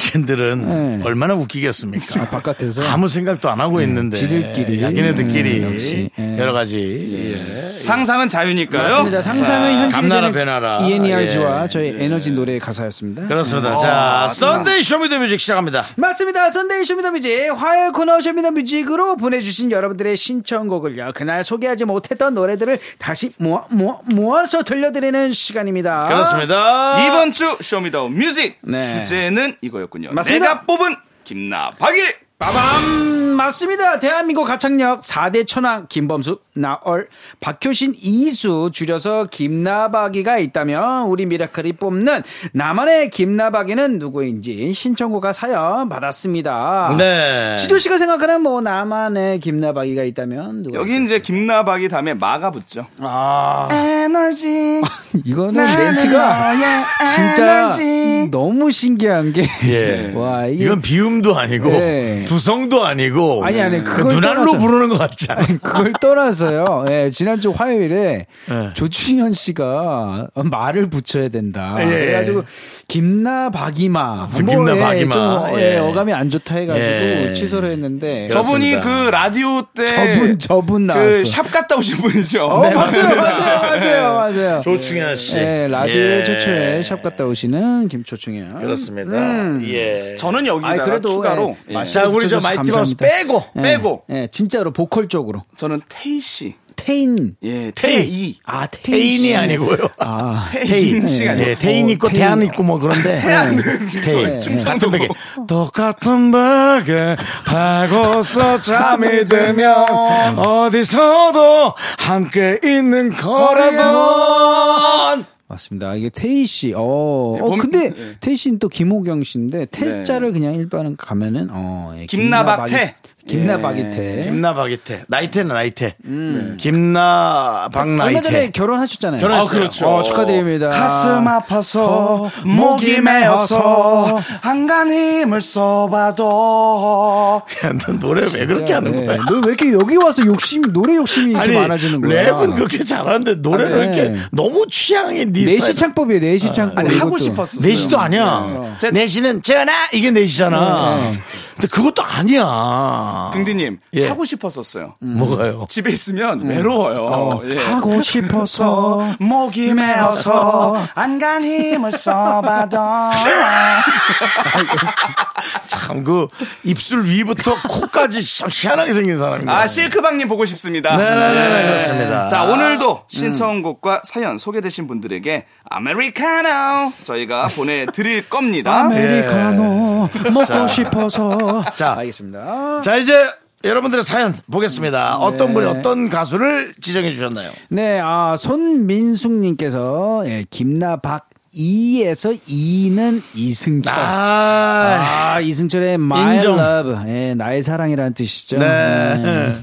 제작진들은
네.
얼마나 웃기겠습니까?
아, 바깥에서. 네.
아무 생각도 안 하고 있는데
지들끼리.
자기네들끼리
음, 역시. 예.
여러 가지
상상은 자유니까요.
맞습니다. 상상은
자,
현실이
감나라
되는
변하라.
ENERG와
예.
저희 에너지 노래 가사였습니다.
음. 아, 그렇습니다. 자, 썬데이 쇼미더뮤직 시작합니다.
맞습니다. 선데이 쇼미더뮤직 화요일 코너 쇼미더뮤직으로 보내주신 여러분들의 신청곡을요. 그날 소개하지 못했던 노래들을 다시 모아 모아 모아서 들려드리는 시간입니다.
그렇습니다.
이번 주 쇼미더 뮤직
네.
주제는 이거였군요.
맞습니다.
내가 뽑은 김나박이
빠밤 음, 맞습니다. 대한민국 가창력 4대 천왕 김범수, 나얼, 박효신, 이수 줄여서 김나박이가 있다면 우리 미라클이 뽑는 나만의 김나박이는 누구인지 신청곡과 사연 받았습니다.
네.
지조 씨가 생각하는 뭐 나만의 김나박이가 있다면 누구?
여기 이제 김나박이 다음에 마가 붙죠.
아. 이거는 멘트가 진짜 너무 신기한 게
예.
와, 이게
이건 비음도 아니고
예.
두성도 아니고
아니, 아니,
그
그걸
눈알로
떠나서.
부르는 것 같지 않아요?
그걸 떠나서요. 예, 지난주 화요일에
예.
조충현 씨가 말을 붙여야 된다.
예. 아,
그래가지고 김나박이마,
김나 박이마.
좀 어, 예,
예.
어감이 안 좋다 해가지고
예.
취소를 했는데
저분이
그렇습니다.
그 라디오 때
저분 저분 나왔어.
그 샵 갔다 오신 분이죠.
어, 맞아요, 맞아요, 맞아요, 맞아요.
예. 조충현 씨.
예, 라디오에
예.
최초에 샵 갔다 오시는 김조충현. 음.
그렇습니다. 예.
저는
아이,
여기다가
그래도,
추가로
예.
예.
자, 우리 저
붙여줘서
마이티 마우스
감사합니다.
빼고
예,
빼고
예, 진짜로 보컬적으로
저는 테이 씨,
태인
예,
테이.
테이,
아 태인
태인이
씨.
아니고요.
아
테이 씨가 아니고
예, 태인 있고
태인.
태안 있고 뭐 그런데 태인
네.
같은 베개 똑같은 베개 하고서 잠이 들면 어디서도 함께 있는 거라던
맞습니다. 이게 테이 씨. 어, 어,
봄-
근데 테이 씨는 또 김호경 씨인데 태자를 그냥 일반은 가면은 어 예,
네. 김나박태. 예.
김나박이태.
김나박이태 나이태는 나이태
음.
김나박
얼마 전에
나이태
결혼하셨잖아요.
결혼했어요. 아, 그렇죠.
어, 축하드립니다.
가슴 아파서 목이 메어서 안간 힘을 써봐도
노래 왜 그렇게 하는 거야?
너왜 이렇게 여기 와서 욕심 노래 욕심이 네. 이렇게
아니
많아지는 거야?
랩은 그렇게 잘하는데 노래를
아, 네.
이렇게 너무 취향이 네
내시
스타일.
창법이에요. 내시 창법.
아니 하고
이것도.
싶었어요.
내시도 아니야. 제- 내시는 전화 이게 내시잖아. 근데 그것도 아니야.
긍디님
예.
하고 싶었었어요.
뭐가요?
집에 있으면 외로워요. 예.
하고 싶어서
목이 메어서 안간 힘을 써봐도
참 그 입술 위부터 코까지 참 희한하게 생긴 사람입니다.
아, 실크방님 보고 싶습니다.
네네네 그렇습니다.
자,
음.
오늘도 신청곡과 사연 소개되신 분들에게 아메리카노 저희가 보내드릴 겁니다.
아, 네. 아메리카노
네.
먹고 싶어서.
자,
알겠습니다.
자 이제 여러분들의 사연 보겠습니다. 어떤 분이 어떤 가수를 지정해 주셨나요?
네, 아, 손민숙님께서 예, 김나박 2에서 2는 이승철. 아,
아,
이승철의 My
인정.
Love. 예, 나의 사랑이라는 뜻이죠.
네.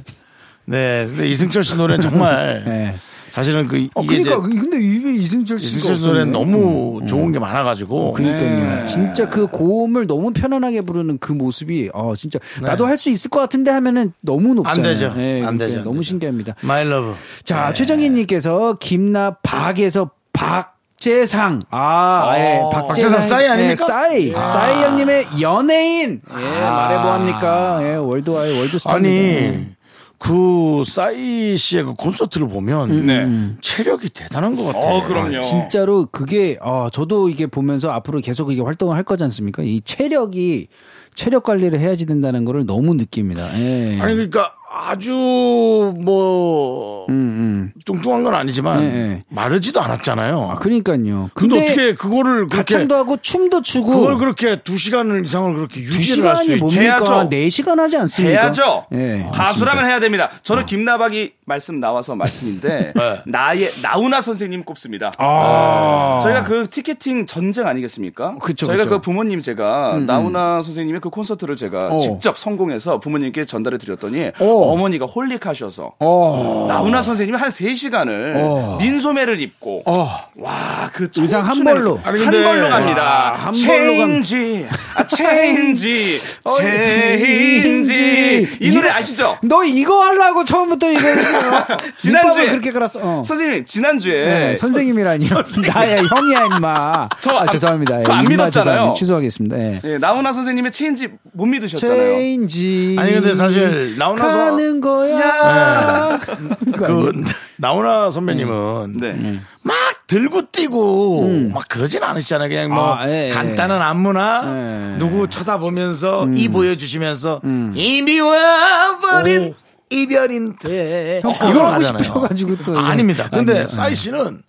네, 근데 이승철 씨 노래는 정말
네.
사실은 그
어,
이게
그러니까
이제
근데 이왜 이승철 씨가
이승철 씨 노래는
없었네?
너무 좋은 게 많아가지고 네.
그러니까요. 네. 진짜 그 고음을 너무 편안하게 부르는 그 모습이 어 진짜 나도 할 수 있을 것 같은데 하면은 너무 높잖아요.
안 되죠.
예,
안
그러니까
되죠. 안
너무
되죠.
신기합니다.
마이 러브. 네.
자, 최정희님께서 김나 박에서 박재상. 아, 예, 박재상.
어, 박재상 싸이 아닙니까? 아.
예, 싸이. 싸이 형님의 연예인. 예, 말해보합니까? 예, 월드와의 월드스타입니다.
아니 그 싸이 씨의 그 콘서트를
음.
보면
네.
체력이 대단한 것 같아요.
어, 그럼요.
진짜로 그게 어 저도 이게 보면서 앞으로 계속 이게 활동을 할 거지 않습니까? 이 체력이 체력 관리를 해야지 된다는 거를 너무 느낍니다. 예.
아니 그러니까 아주 뭐 뚱뚱한 건 아니지만
음, 네, 네.
마르지도 않았잖아요.
그러니까요.
근데,
근데,
어떻게 그거를 그렇게
가창도 하고 춤도 추고
그걸 그렇게 두 시간 이상을 그렇게
두
유지를 할 수
시간이
있지?
뭡니까?
해야죠.
네 시간 하지 않습니까?
돼야죠.
예. 어.
가수라면 해야 됩니다. 저는 김나박이 말씀 나와서 말씀인데
네.
나의 나훈아 선생님 꼽습니다. 저희가 그 티켓팅 전쟁 아니겠습니까?
아. 그쵸,
저희가
그쵸.
그 부모님 제가 나훈아 선생님의 그 콘서트를 제가
어.
직접 성공해서 부모님께 전달해 드렸더니
어.
어. 머니가 홀릭하셔서
어.
나훈아 선생님이 한 3시간을
어.
민소매를 입고
어.
와, 그
의상 한
청춘의
벌로.
그-
아니,
한
근데-
벌로 갑니다.
와, 한 벌로 간-
체인지, 아, 체인지, 체인지. 이 노래 아시죠?
너 이거 하려고 처음부터 이거
지난주에
밑밥을 그렇게 깔았어. 어.
선생님 지난주에
예, 선생님이라니요. 나야 형이야 임마.
저
아,
안-
죄송합니다.
저안
임마
믿었잖아요.
죄송합니다. 취소하겠습니다. 예.
예, 나훈아 선생님의 체인지 못 믿으셨잖아요.
체인지.
아니, 근데 사실 나훈아 선-
가는 아, 거야.
그 나훈아 선배님은
네.
막 들고 뛰고 막 그러진 않으시잖아요. 그냥 뭐
음. 아, 예, 예.
간단한 안무나
예. 음.
누구 쳐다보면서 이 보여주시면서 이미 와버린 이별인데 아,
형, 그걸 하고 싶으셔가지고 또 이거.
아닙니다. 근데
아니에요. 음.
싸이 씨는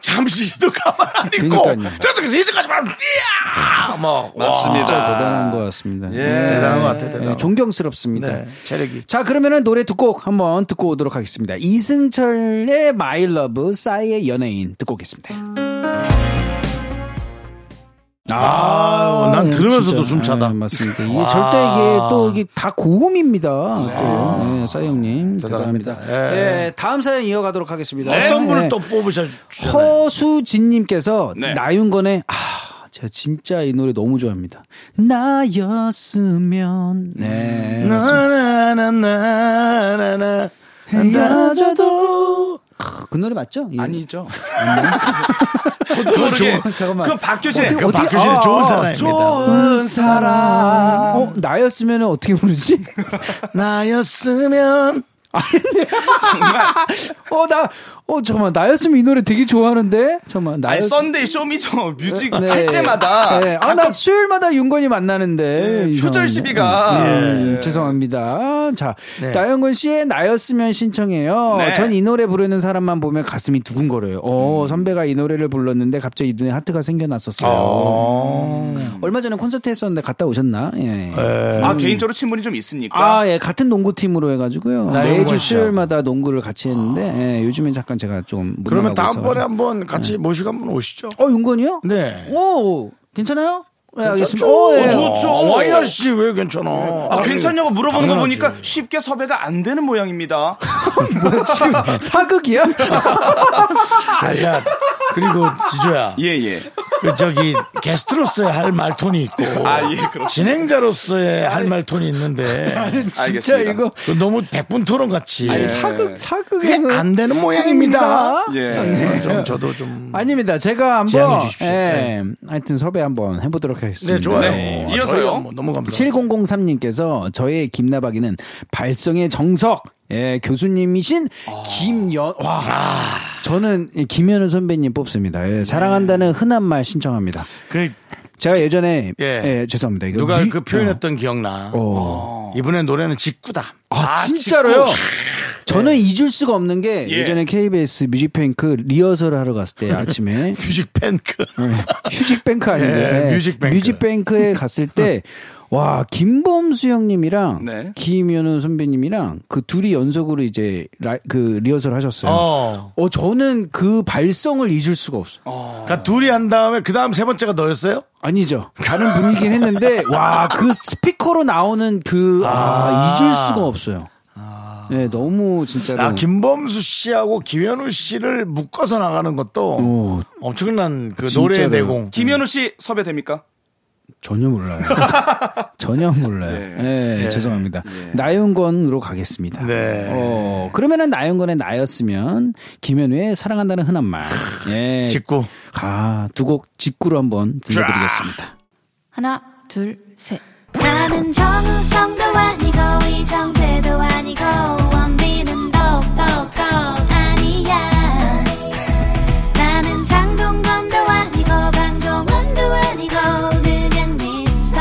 잠시도 가만 안
그러니까요.
있고 저쪽에서 이제까지 막 뛰야 뭐
아.
진짜 대단한 거였습니다.
와,
예.
대단한 것 같아.
예,
대단.
존경스럽습니다.
네, 체력이.
자 그러면은 노래 두 곡 한번 듣고 오도록 하겠습니다. 이승철의 마이 러브, 싸이의 연예인 듣고 오겠습니다.
아, 난 들으면서도
진짜.
숨차다.
예, 맞습니다. 이게 절대 이게 또 이게 다 고음입니다. 또. 예, 싸이 형님
대단합니다.
대단합니다. 예, 다음 사연 이어가도록 하겠습니다.
어떤 분을
예.
또 뽑으셨나요?
허수진님께서
네.
나윤건의 아 제가 진짜 이 노래 너무 좋아합니다. 나였으면 네. 맞습니다.
나나나나나나
헤어져도 그 노래 맞죠? 예.
아니죠. 저도 모르게.
좋아.
그건
잠깐만.
그러니까 박효신.
어떻게-
그 박효신
아,
좋은
아,
사람입니다.
좋은 사람. 어, 나였으면 어떻게 부르지?
나였으면
어, 나, 어, 잠깐만. 나였으면 이 노래 되게 좋아하는데? 잠깐만.
아니
나였으면.
썬데이 쇼미죠 뮤직 할 때마다
네. 아, 나 수요일마다 윤건이 만나는데.
네,
이상하네.
표절 시비가. 예.
음, 죄송합니다. 자,
네.
나영건 씨의 나였으면 신청해요.
네.
전 이 노래 부르는 사람만 보면 가슴이 두근거려요. 어,
음.
선배가 이 노래를 불렀는데 갑자기 이 눈에 하트가 생겨났었어요. 음. 얼마 전에 콘서트 했었는데 갔다 오셨나? 예.
아 개인적으로 친분이 좀 있습니까?
아, 예, 같은 농구팀으로 해가지고요.
나영건 씨하고.
매주 수요일마다 농구를 같이 했는데, 예, 요즘엔 잠깐 제가 좀. 못
아. 그러면
나가고 예.
다음번에
있어가지고.
한번 같이 모시고 한번 오시죠.
어, 윤건이요?
네.
오, 괜찮아요? 네, 알겠습니다.
어,
오, 예.
좋죠. 와이라 씨왜 괜찮아?
아, 괜찮냐고 물어보는 거
당연하지.
보니까 쉽게 섭외가 안 되는 모양입니다.
지금 사극이야? 아,
야, 야. 그리고 지조야.
예 예.
그 저기 게스트로서의 할 말톤이 있고
아, 예, 그렇습니다.
진행자로서의 할 말톤이 있는데
진짜
알겠습니다.
이거
그 너무 백분 토론 같이 예.
사극
그게
사극에서
네. 안 되는 모양입니다.
아닙니다.
예.
네. 좀 저도 좀
아닙니다. 제가 한번
지양해 주십시오.
예,
네.
하여튼 섭외 한번 해보도록 하겠습니다.
네 좋아요.
네.
아,
이어서요.
저희가 뭐 너무 감사합니다.
7003님께서 저의 김나박이는 발성의 정석 예, 교수님이신
아.
김연 와 저는 이 김연우 선배님 뽑습니다. 예, 사랑한다는 흔한 말 신청합니다.
그
제가 예전에
네. 예.
예, 죄송합니다. 이거
누가
미-
그 표현했던 기억나.
어.
이분의 노래는 직구다.
아, 진짜로요?
직구.
저는
예.
잊을 수가 없는 게 예. 전에 KBS 뮤직뱅크 리허설 을 하러 갔을 때 아침에
뮤직 팬크.
네. 뮤직뱅크 아닌데
예, 뮤직뱅크.
에 갔을 때 와, 김범수 형님이랑
네.
김현우 선배님이랑 그 둘이 연속으로 이제 라, 그 리허설 하셨어요. 어.
어.
저는 그 발성을 잊을 수가 없어요.
그러니까 둘이 한 다음에 그 다음 세 번째가 너였어요?
아니죠. 다른 분위기긴 했는데 와 그 스피커로 나오는 그 아, 잊을 수가 없어요. 네, 너무 진짜로.
아, 김범수 씨하고 김현우 씨를 묶어서 나가는 것도
오.
엄청난 그 노래의
진짜로요.
내공.
김현우 씨 섭외됩니까?
전혀 몰라요. 전혀 몰라요. 예, 죄송합니다. 나윤건으로 가겠습니다.
네.
어, 그러면은 나윤건의 나였으면 김현우의 사랑한다는 흔한 말. 예.
직구.
아, 두 곡 직구로 한번 들려드리겠습니다.
하나, 둘, 셋. 나는 정우성도 아니고, 이정재도 아니고, 원빈은 더욱더 아니야. 나는 장동건도 아니고, 강동원도 아니고, 그냥 미스터,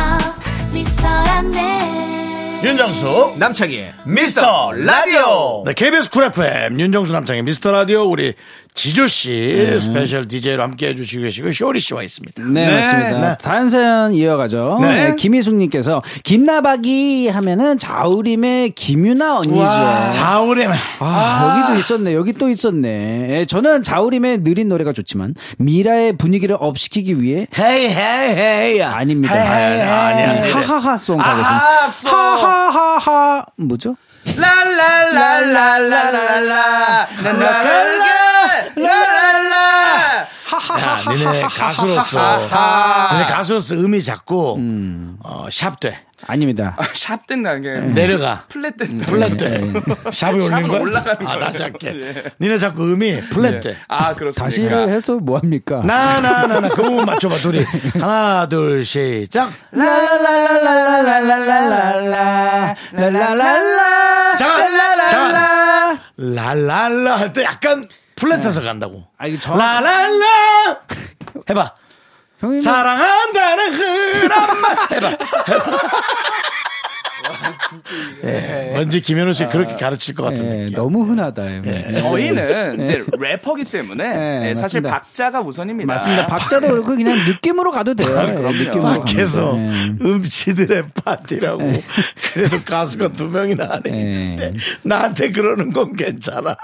미스터란데.
윤정수.
남창희의 미스터 라디오
네, KBS 쿨 FM 윤정수 남창의 미스터 라디오 우리 지조 씨
예.
스페셜 DJ로 함께 해주시고 계시고 쇼리 씨와 있습니다.
네, 맞습니다.
네.
다음 사연 이어가죠.
네.
네. 김희숙님께서 김나박이 하면은 자우림의 김유나 언니죠.
사울의 말.
아, 여기도 있었네. 여기 또 있었네. 예, 저는 자우림의 느린 노래가 좋지만 미라의 분위기를 업시키기 위해
헤이 헤이 헤이
아닙니다.
헤이, 헤이. 아니야.
예,
그래.
하하하 송
아하,
가겠습니다.
송.
하하하하 뭐죠?
랄랄랄랄랄라 나나갈게 랄랄라
야, 니네 가수로서 니네 가수로서 음이 작고 어, 샵돼
아닙니다.
샵 된다는 게
내려가
플랫 된다.
음.
플랫돼
네.
샵이 올린 거야? 아, 다시 할게 니네 자꾸 음이
네.
플랫돼
아 그렇습니다.
다시를 해서 뭐 합니까?
나나나나 그 부분 맞춰봐 둘이 하나 둘 시작 잠깐 잠깐 랄랄라 할 때 약간 플랫해서 간다고
아, 이게 정확-
랄랄라 해봐
형님
사랑한다는 흔한 말 해봐. 예, 왠지 김현우 씨 그렇게 가르칠 것 같은데.
아, 예, 너무 흔하다. 형님. 예.
저희는 이제 래퍼기 때문에
네,
예, 사실
맞습니다.
박자가 우선입니다.
맞습니다. 박자도 그렇고 그냥 느낌으로 가도 돼요. 예, 느낌으로 가면
밖에서
돼요. 예.
아, 음치들의 파티라고
네.
그래도 가수가 두 명이나 안 했는데 나한테 그러는 건 괜찮아.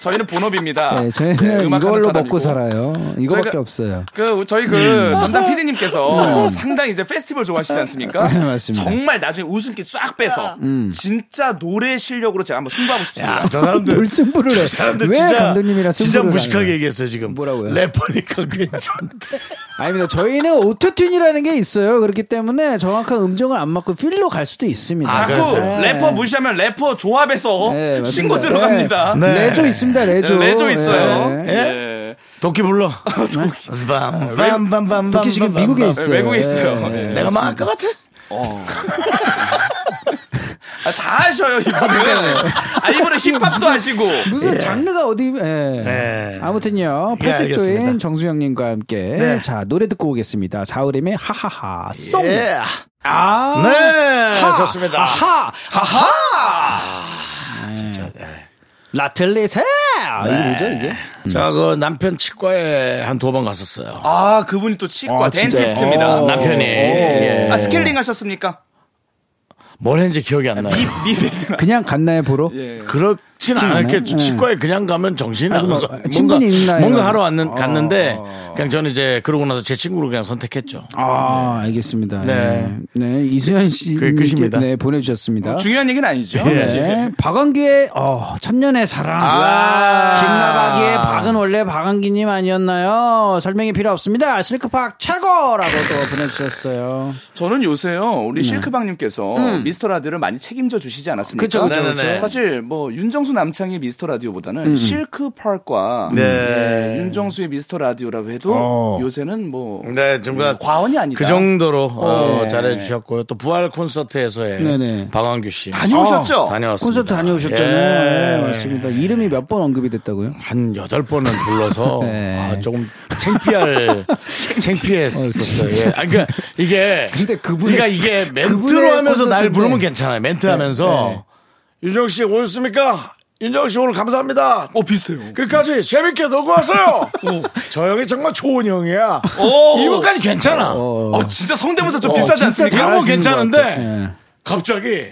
저희는 본업입니다.
네, 저희는
네, 음악하는
이걸로
사람이고.
먹고 살아요. 이거밖에
저희가-
없어요. 음.
그 저희 그 담당 PD님께서 상당히 이제 페스티벌 좋아하시지 않습니까?
네, 맞습니다.
정말 나중에 웃음기 싹 빼서 진짜 노래 실력으로 제가 한번 승부하고 싶습니다.
야, 저 사람들
뭘 승부를
저
해?
사람들
왜
진짜
감독님이랑
진짜
승부를
무식하게
하냐.
얘기했어요 지금.
뭐라고요?
래퍼니까 괜찮대.
아닙니다. 저희는 오토튠이라는 게 있어요. 그렇기 때문에 정확한 음정을 안 맞고 필로 갈 수도 있습니다.
아, 자꾸
아, 그래요?
래퍼 무시하면 래퍼 조합에서
네, 맞습니다.
신고 들어갑니다.
네.
레조 있습니다. 레조.
레조 있어요.
예. 아,
예? 도끼 불러. 밤, 밤, 밤, 밤,
도끼 지금 미국에
밤.
있어요.
네, 외국에 있어요.
예.
예.
내가 뭐 망할 것 같아?
아, 다 하셔요 이분은. 아 이분은 힙합도 하시고.
네. 무슨 장르가 어디? 예.
예.
아무튼요.
예,
팔색조인
알겠습니다.
정수영님과 함께
네.
자 노래 듣고 오겠습니다. 자우림의 하하하 송.
예.
아,
네, 좋습니다.
하하, 하하.
진짜. 예.
라틀리세. 아, 이게 뭐죠 이게?
네.
음.
자, 그 남편 치과에 한 두 번 갔었어요.
아 그분이 또 치과
아,
덴티스트입니다.
어, 남편이. 예.
아 스케일링 하셨습니까?
뭘 했는지 기억이 안 나요. 네.
미백.
그냥 갔나요
예.
보러?
그렇진 않았겠죠. 치과에 그냥 가면 정신이 나가.
뭐,
뭔가,
예. 친분이 어. 있나
뭔가
이런.
하러 왔는, 갔는데, 그냥 저는 이제 그러고 나서 제 친구를 그냥 선택했죠.
아, 알겠습니다.
네.
네. 네. 이수현 씨.
그게 끝입니다.
네, 보내주셨습니다.
중요한 얘기는 아니죠.
네. 아. 박완규의, 어, 천년의 사랑. 김나박이의 박은 원래 박완기님 아니었나요? 설명이 필요 없습니다. 실크팍 최고라고 또 보내주셨어요.
저는
네.
요새요 우리 실크방님께서 미스터 라디오를 많이 책임져 주시지 않았습니까?
음. 그쵸, 음. 그쵸,
네네네. 그쵸.
사실 뭐 윤정수 윤정수 남창의 미스터 라디오보다는 실크 파크와 예,
네.
윤정수의 미스터 라디오라고 해도
어.
요새는 뭐
네, 정말
음, 과언이 아니다.
그 정도로 어,
네.
잘해주셨고요. 또 부활 콘서트에서의
네네.
방한규 씨 어,
다녀오셨죠?
다녀왔습니다.
콘서트 다녀오셨잖아요.
예.
네, 맞습니다. 이름이 몇 번 언급이 됐다고요?
한 여덟 번은 불러서
네.
아, 조금 창피할 창피했었어요. 예. 아, 그러니까 이게
근데 그분의-
그러니까 이게 멘트로
그분의
하면서 날
콘서트인데. 네,
부르면 괜찮아요. 멘트 하면서 윤정 씨 오셨습니까? 윤정 씨 오늘 감사합니다.
어, 비슷해요.
끝까지 재밌게 놀고 왔어요. 저 형이 정말 좋은 형이야. 이거까지 괜찮아.
어, 진짜 성대모사 좀
어,
비싸지
진짜
않습니까?
이런 건
잘하시는
괜찮은데
것 같아요. 예.
갑자기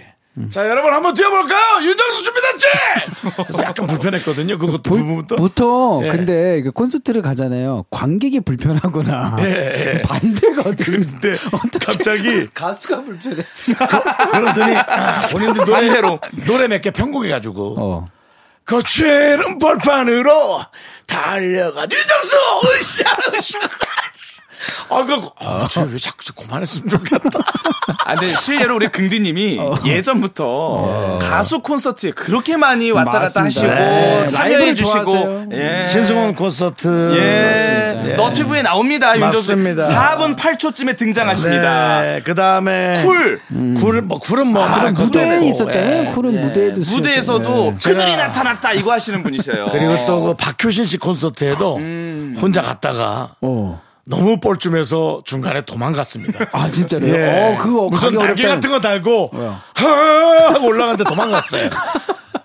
자 여러분 한번 뛰어볼까요? 윤정수 준비됐지? 그래서 약간 불편했거든요. 그것도 그 부분부터.
보통 근데 그 콘서트를 가잖아요. 관객이 불편하거나 예. 반대거든.
근데 갑자기 그
가수가 불편해.
그러더니 본인들 노래대로 노래 몇 개 편곡해가지고
어.
거칠은 벌판으로 달려가 윤정수 으쌰 으쌰. 아그 아, 쟤왜 자꾸 저 그만했으면 좋겠다.
아, 근데 실제로 우리 긍디님이
어.
예전부터 가수 콘서트에 그렇게 많이 왔다 갔다 하시고
맞습니다. 네,
참여해
라이브를
주시고
좋아하세요. 네,
예.
신승원 콘서트 네.
예. 너튜브에 나옵니다. 윤정수
맞습니다.
4분 8초쯤에 등장하십니다.
네, 그 다음에
쿨
굴은 뭐 굴은 뭐 다른 것도
아, 무대에
없고,
있었잖아요.
예.
쿨은 무대에도 쓰셨잖아요.
그렇죠. 무대에서도
제가-
그들이 나타났다 이거 하시는 분이세요.
그리고 또 그 박효신 씨 콘서트에도
음.
혼자 갔다가
어.
너무 뻘쭘해서 중간에 도망갔습니다.
아 진짜로요?
예.
어 그거
무슨
가기
날개
어렵다.
같은 거 달고 하고 올라갔는데 도망갔어요.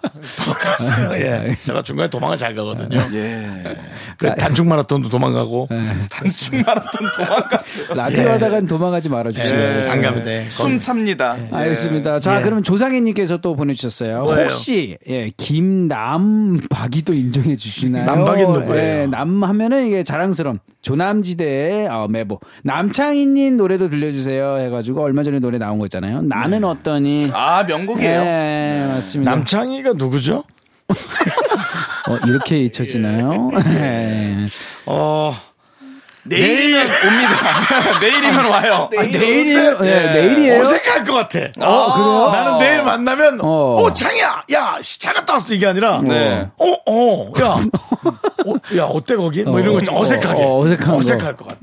도망갔어요.
아,
예. 제가 중간에 도망을 잘 가거든요.
예.
그 단축 마라톤도 도망가고 네,
단순 마라톤 도망갔어요.
라디오
예.
하다간 도망가지 말아 주세요.
안 가면 돼.
예. 숨 찹니다.
네. 알겠습니다.
예.
자, 그럼 조상혜님께서 또 보내주셨어요. 혹시 예, 김남박이도 인정해 주시나요?
남박이는 누구예요?
예, 남 하면은 이게 자랑스러운 조남지대의 어, 매보 남창희님 노래도 들려주세요 해가지고 얼마 전에 노래 나온 거 있잖아요. 나는 어떠니?
아
예,
명곡이에요.
맞습니다.
네. 남창희가 누구죠?
어, 이렇게 잊혀지나요? 예.
내일이면 옵니다. 내일이면 와요.
아,
내일이에요? 예, 내일이에요?
어색할 것 같아.
그래요?
나는 내일 만나면 어,
어.
창이야, 야, 씨, 잘 갔다 왔어 이게 아니라,
네.
어, 어, 야, 어, 야, 어때 거기? 뭐 이런 거 있잖아. 어색하게,
어, 어색한 거. 네. 음.
어색할 것 같아.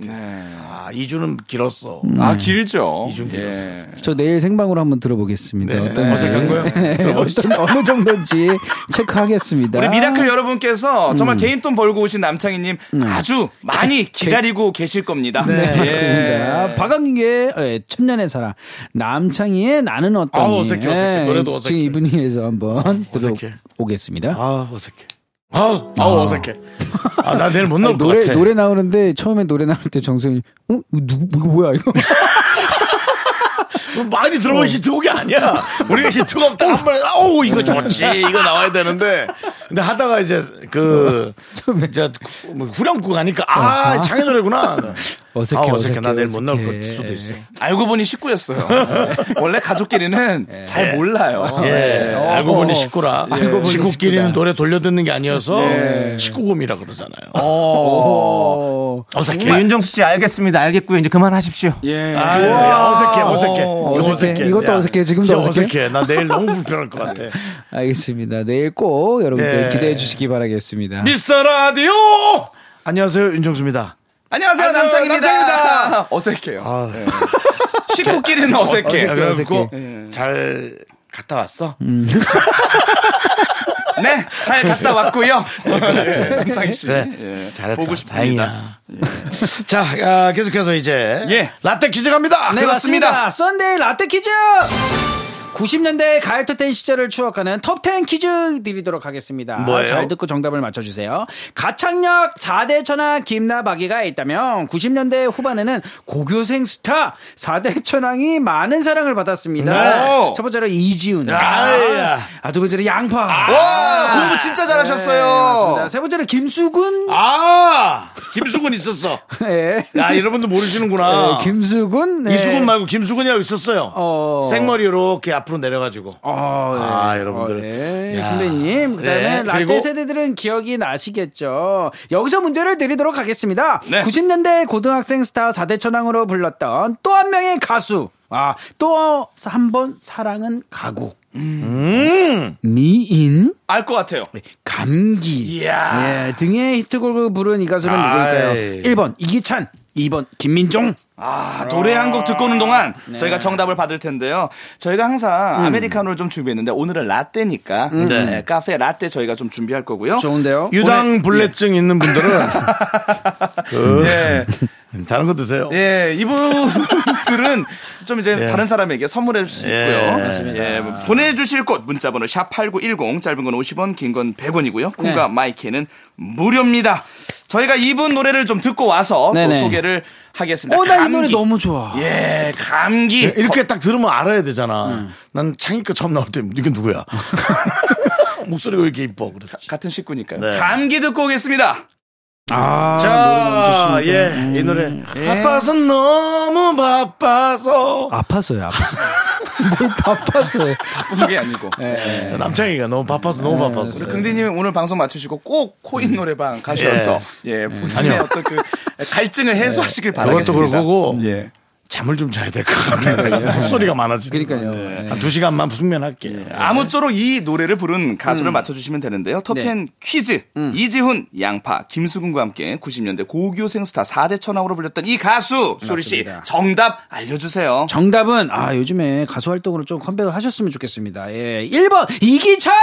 아, 이주는 길었어.
아 길죠. 예.
이중
예.
길었어요.
저 내일 생방으로 한번 들어보겠습니다. 어떤
네. 어색한 거요? 들어보시죠.
어떤, 어느 정도인지 체크하겠습니다.
우리 미라클 여러분께서 정말 개인 돈 벌고 오신 남창희님 아주 많이 기다리고 계실 겁니다.
네,
예.
맞습니다. 박완기의 예, 천년의 사랑, 남창희의 나는 어떤. 예,
아우, 어색해, 어색해. 노래도 어색해.
지금 이 분위기에서 한번
어색해.
들어오겠습니다.
아, 어색해. 아, 아, 어색해. 아, 나 내일 못 나올 것
노래
같아.
노래 나오는데 처음에 노래 나올 때 정승이 어 누구 이거 뭐야 이거
뭐 많이 들어본 히트곡이 아니야. 우리가 히트곡 없다 한 번에 아우 이거 좋지 이거 나와야 되는데 근데 하다가 이제 그
처음에.
이제 뭐 후렴구 가니까 아 장애 노래구나.
어색해,
아, 어색해. 나
어색해,
내일 못 나올
어색해.
것 수도 있어.
알고 보니 식구였어요. 원래 가족끼리는 잘
어,
몰라요.
예. 알고 보니 식구라.
네. 예. 알고 보니
식구끼리는
식구다. 예.
노래 돌려 듣는 게 아니어서 식구금이라 그러잖아요.
어.
어, 어색해.
윤정수 씨 알겠습니다. 알겠고요. 이제 그만하십시오.
예.
아, 어색해, 어색해.
어,
이거
어색해. 이것도
야,
어색해, 지금도
진짜
어색해?
나 내일 너무 불편할 것 같아.
알겠습니다. 내일 꼭 여러분들
예.
기대해 주시기 바라겠습니다.
미스터 라디오! 안녕하세요, 윤정수입니다.
안녕하세요 남창입니다.
남창입니다.
어색해요.
아.
예. 식구끼리는 어색해.
어색해.
그래갖고
예.
잘 갔다 왔어?
음.
네, 잘 갔다 왔고요. 예, 남창희 씨.
그래.
예.
네, 잘했다.
보고 싶습니다.
다행이야. 자, 아, 계속해서 이제
예.
라떼 퀴즈 갑니다.
네, 맞습니다. 썬데이 라떼 퀴즈! 90년대 가요톱텐 시절을 추억하는 톱10 퀴즈 드리도록 하겠습니다.
뭐예요?
잘 듣고 정답을 맞춰주세요. 가창력 4대 천왕 김나박이가 있다면 90년대 후반에는 고교생 스타 4대 천왕이 많은 사랑을 받았습니다.
네.
첫 번째로 이지훈.
아야. 예.
아, 두 번째로 양파. 네,
와, 공부
진짜
맞습니다. 세 번째로 김수근.
아! 김수근 있었어.
예.
야, 여러분도 모르시는구나.
예, 김수근. 네.
아. 이수근 말고 김수근이라고 있었어요.
어.
생머리 이렇게 앞으로 내려가지고.
어, 예.
아, 여러분들.
어, 네,
야.
선배님. 그 다음에
네,
라떼
그리고-
세대들은 기억이 나시겠죠. 여기서 문제를 드리도록 하겠습니다.
네.
90년대 고등학생 스타 4대 천왕으로 불렀던 또 한 명의 가수. 아, 또 한 번 사랑은 가고.
음.
미인,
알 것 같아요.
감기
네. 이야.
예, 등의 히트곡을 부른 이 가수는 누구일까요?
아이.
1번 이기찬, 2번 김민종.
아, 노래 한 곡 듣고 오는 동안 저희가 정답을 받을 텐데요. 저희가 항상
음.
아메리카노를 좀 준비했는데 오늘은 라떼니까
네.
네, 카페 라떼 저희가 좀 준비할 거고요.
좋은데요?
유당 불내증 있는 분들은 그
예,
네.
다른 거 드세요.
예, 이분들은 좀 이제 다른 사람에게 선물해 줄 수
예,
있고요. 예, 뭐 보내주실 곳 문자번호 샵 #8910 짧은 건 50원, 긴 건 100원이고요. 콩과
네.
마이크는 무료입니다. 저희가 이분 노래를 좀 듣고 와서
네네.
또 소개를 하겠습니다.
어, 나 이 노래
감기.
너무 네, 좋아.
예, 감기.
예, 이렇게 딱 들으면 알아야 되잖아.
음.
난 창희 거 처음 나올 때 이게 누구야? 목소리가 왜 이렇게 이뻐? 그래서.
같은 식구니까요.
네.
감기 듣고 오겠습니다.
아,
자,
음.
예, 이 노래. 바빠서 너무 바빠서.
아파서요, 아파서. 뭘 바빠서요.
바쁜 게 아니고.
네.
남창희가 너무 바빠서 너무 바빠서.
우리 긍디님 오늘 방송 마치시고 꼭 코인 노래방 가셔서 예, 본인의
음. 아니요.
어떤 그 갈증을 해소하시길 바라겠습니다.
그것도 그렇고
예.
잠을 좀 자야 될 것 같아요. 목소리가 많아지.
그러니까요.
한두 시간만 숙면할게.
아무쪼록 이 노래를 부른 가수를
음.
맞춰주시면 되는데요.
네.
터텐 퀴즈. 이지훈, 양파, 김수근과 함께 90년대 고교생 스타 4대 천왕으로 불렸던 이 가수, 쇼리씨. 정답 알려주세요.
정답은, 아, 요즘에 가수 활동으로 좀 컴백을 하셨으면 좋겠습니다. 예. 1번, 이기찬!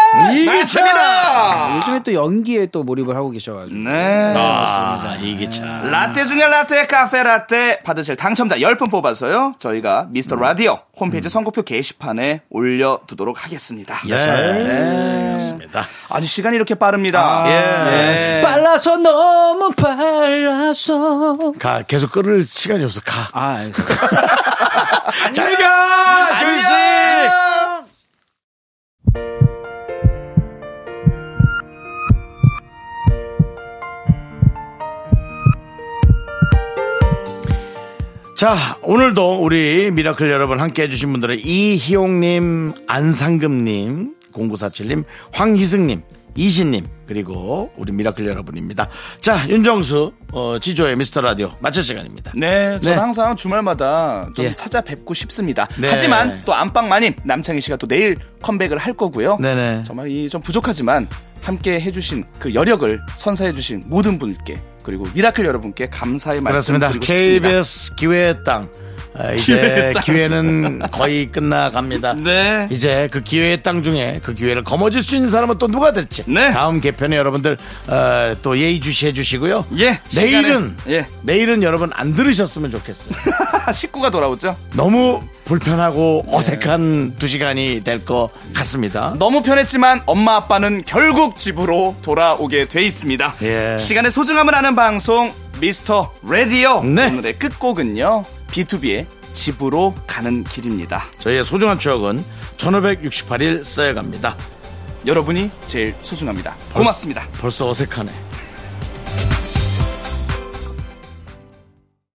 맞습니다!
아, 요즘에 또 연기에 또 몰입을 하고 계셔가지고.
네.
아, 이게 참.
라떼 중에 라떼 카페 라떼 받으실 당첨자 10분 뽑아서요. 저희가 미스터
음.
라디오 홈페이지 선고표 게시판에 올려두도록 하겠습니다.
예. 네. 맞습니다.
아니 시간이 이렇게 빠릅니다. 네.
예.
빨라서 너무 빨라서.
가 계속 끌을 시간이 없어 가.
아, 알겠습니다.
잘가 쇼리 씨. 자, 오늘도 우리 미라클 여러분 함께 해주신 분들은 이희용님, 안상금님, 0947님, 황희승님, 이신님, 그리고 우리 미라클 여러분입니다. 자, 윤정수, 어, 지조의 미스터 라디오 마칠 시간입니다.
네, 저는
네.
항상 주말마다 좀
예.
찾아뵙고 싶습니다.
네.
하지만 또 안방마님 남창희 씨가 또 내일 컴백을 할 거고요.
네네.
정말 이 좀 부족하지만 함께 해주신 그 여력을 선사해주신 모든 분께 그리고 미라클 여러분께 감사의 말씀
그렇습니다.
드리고 싶습니다.
KBS 기회의 땅. 아, 이제
기회의 땅.
기회는 거의 끝나갑니다.
네.
이제 그 기회의 땅 중에 그 기회를 거머쥘 수 있는 사람은 또 누가 될지.
네.
다음 개편에 여러분들 어, 또 예의주시해 주시고요.
예,
내일은
시간을- 예.
내일은 여러분 안 들으셨으면 좋겠어요. 예.
식구가 돌아오죠.
너무 불편하고
네.
어색한 두 시간이 될 것 같습니다.
너무 편했지만 엄마 아빠는 결국 집으로 돌아오게 돼 있습니다.
예.
시간의 소중함을 아는 방송 미스터 라디오
네.
오늘의 끝곡은요 B2B의 집으로 가는 길입니다.
저희의 소중한 추억은 1568일 써야 갑니다.
여러분이 제일 소중합니다. 고맙습니다.
벌써 어색하네.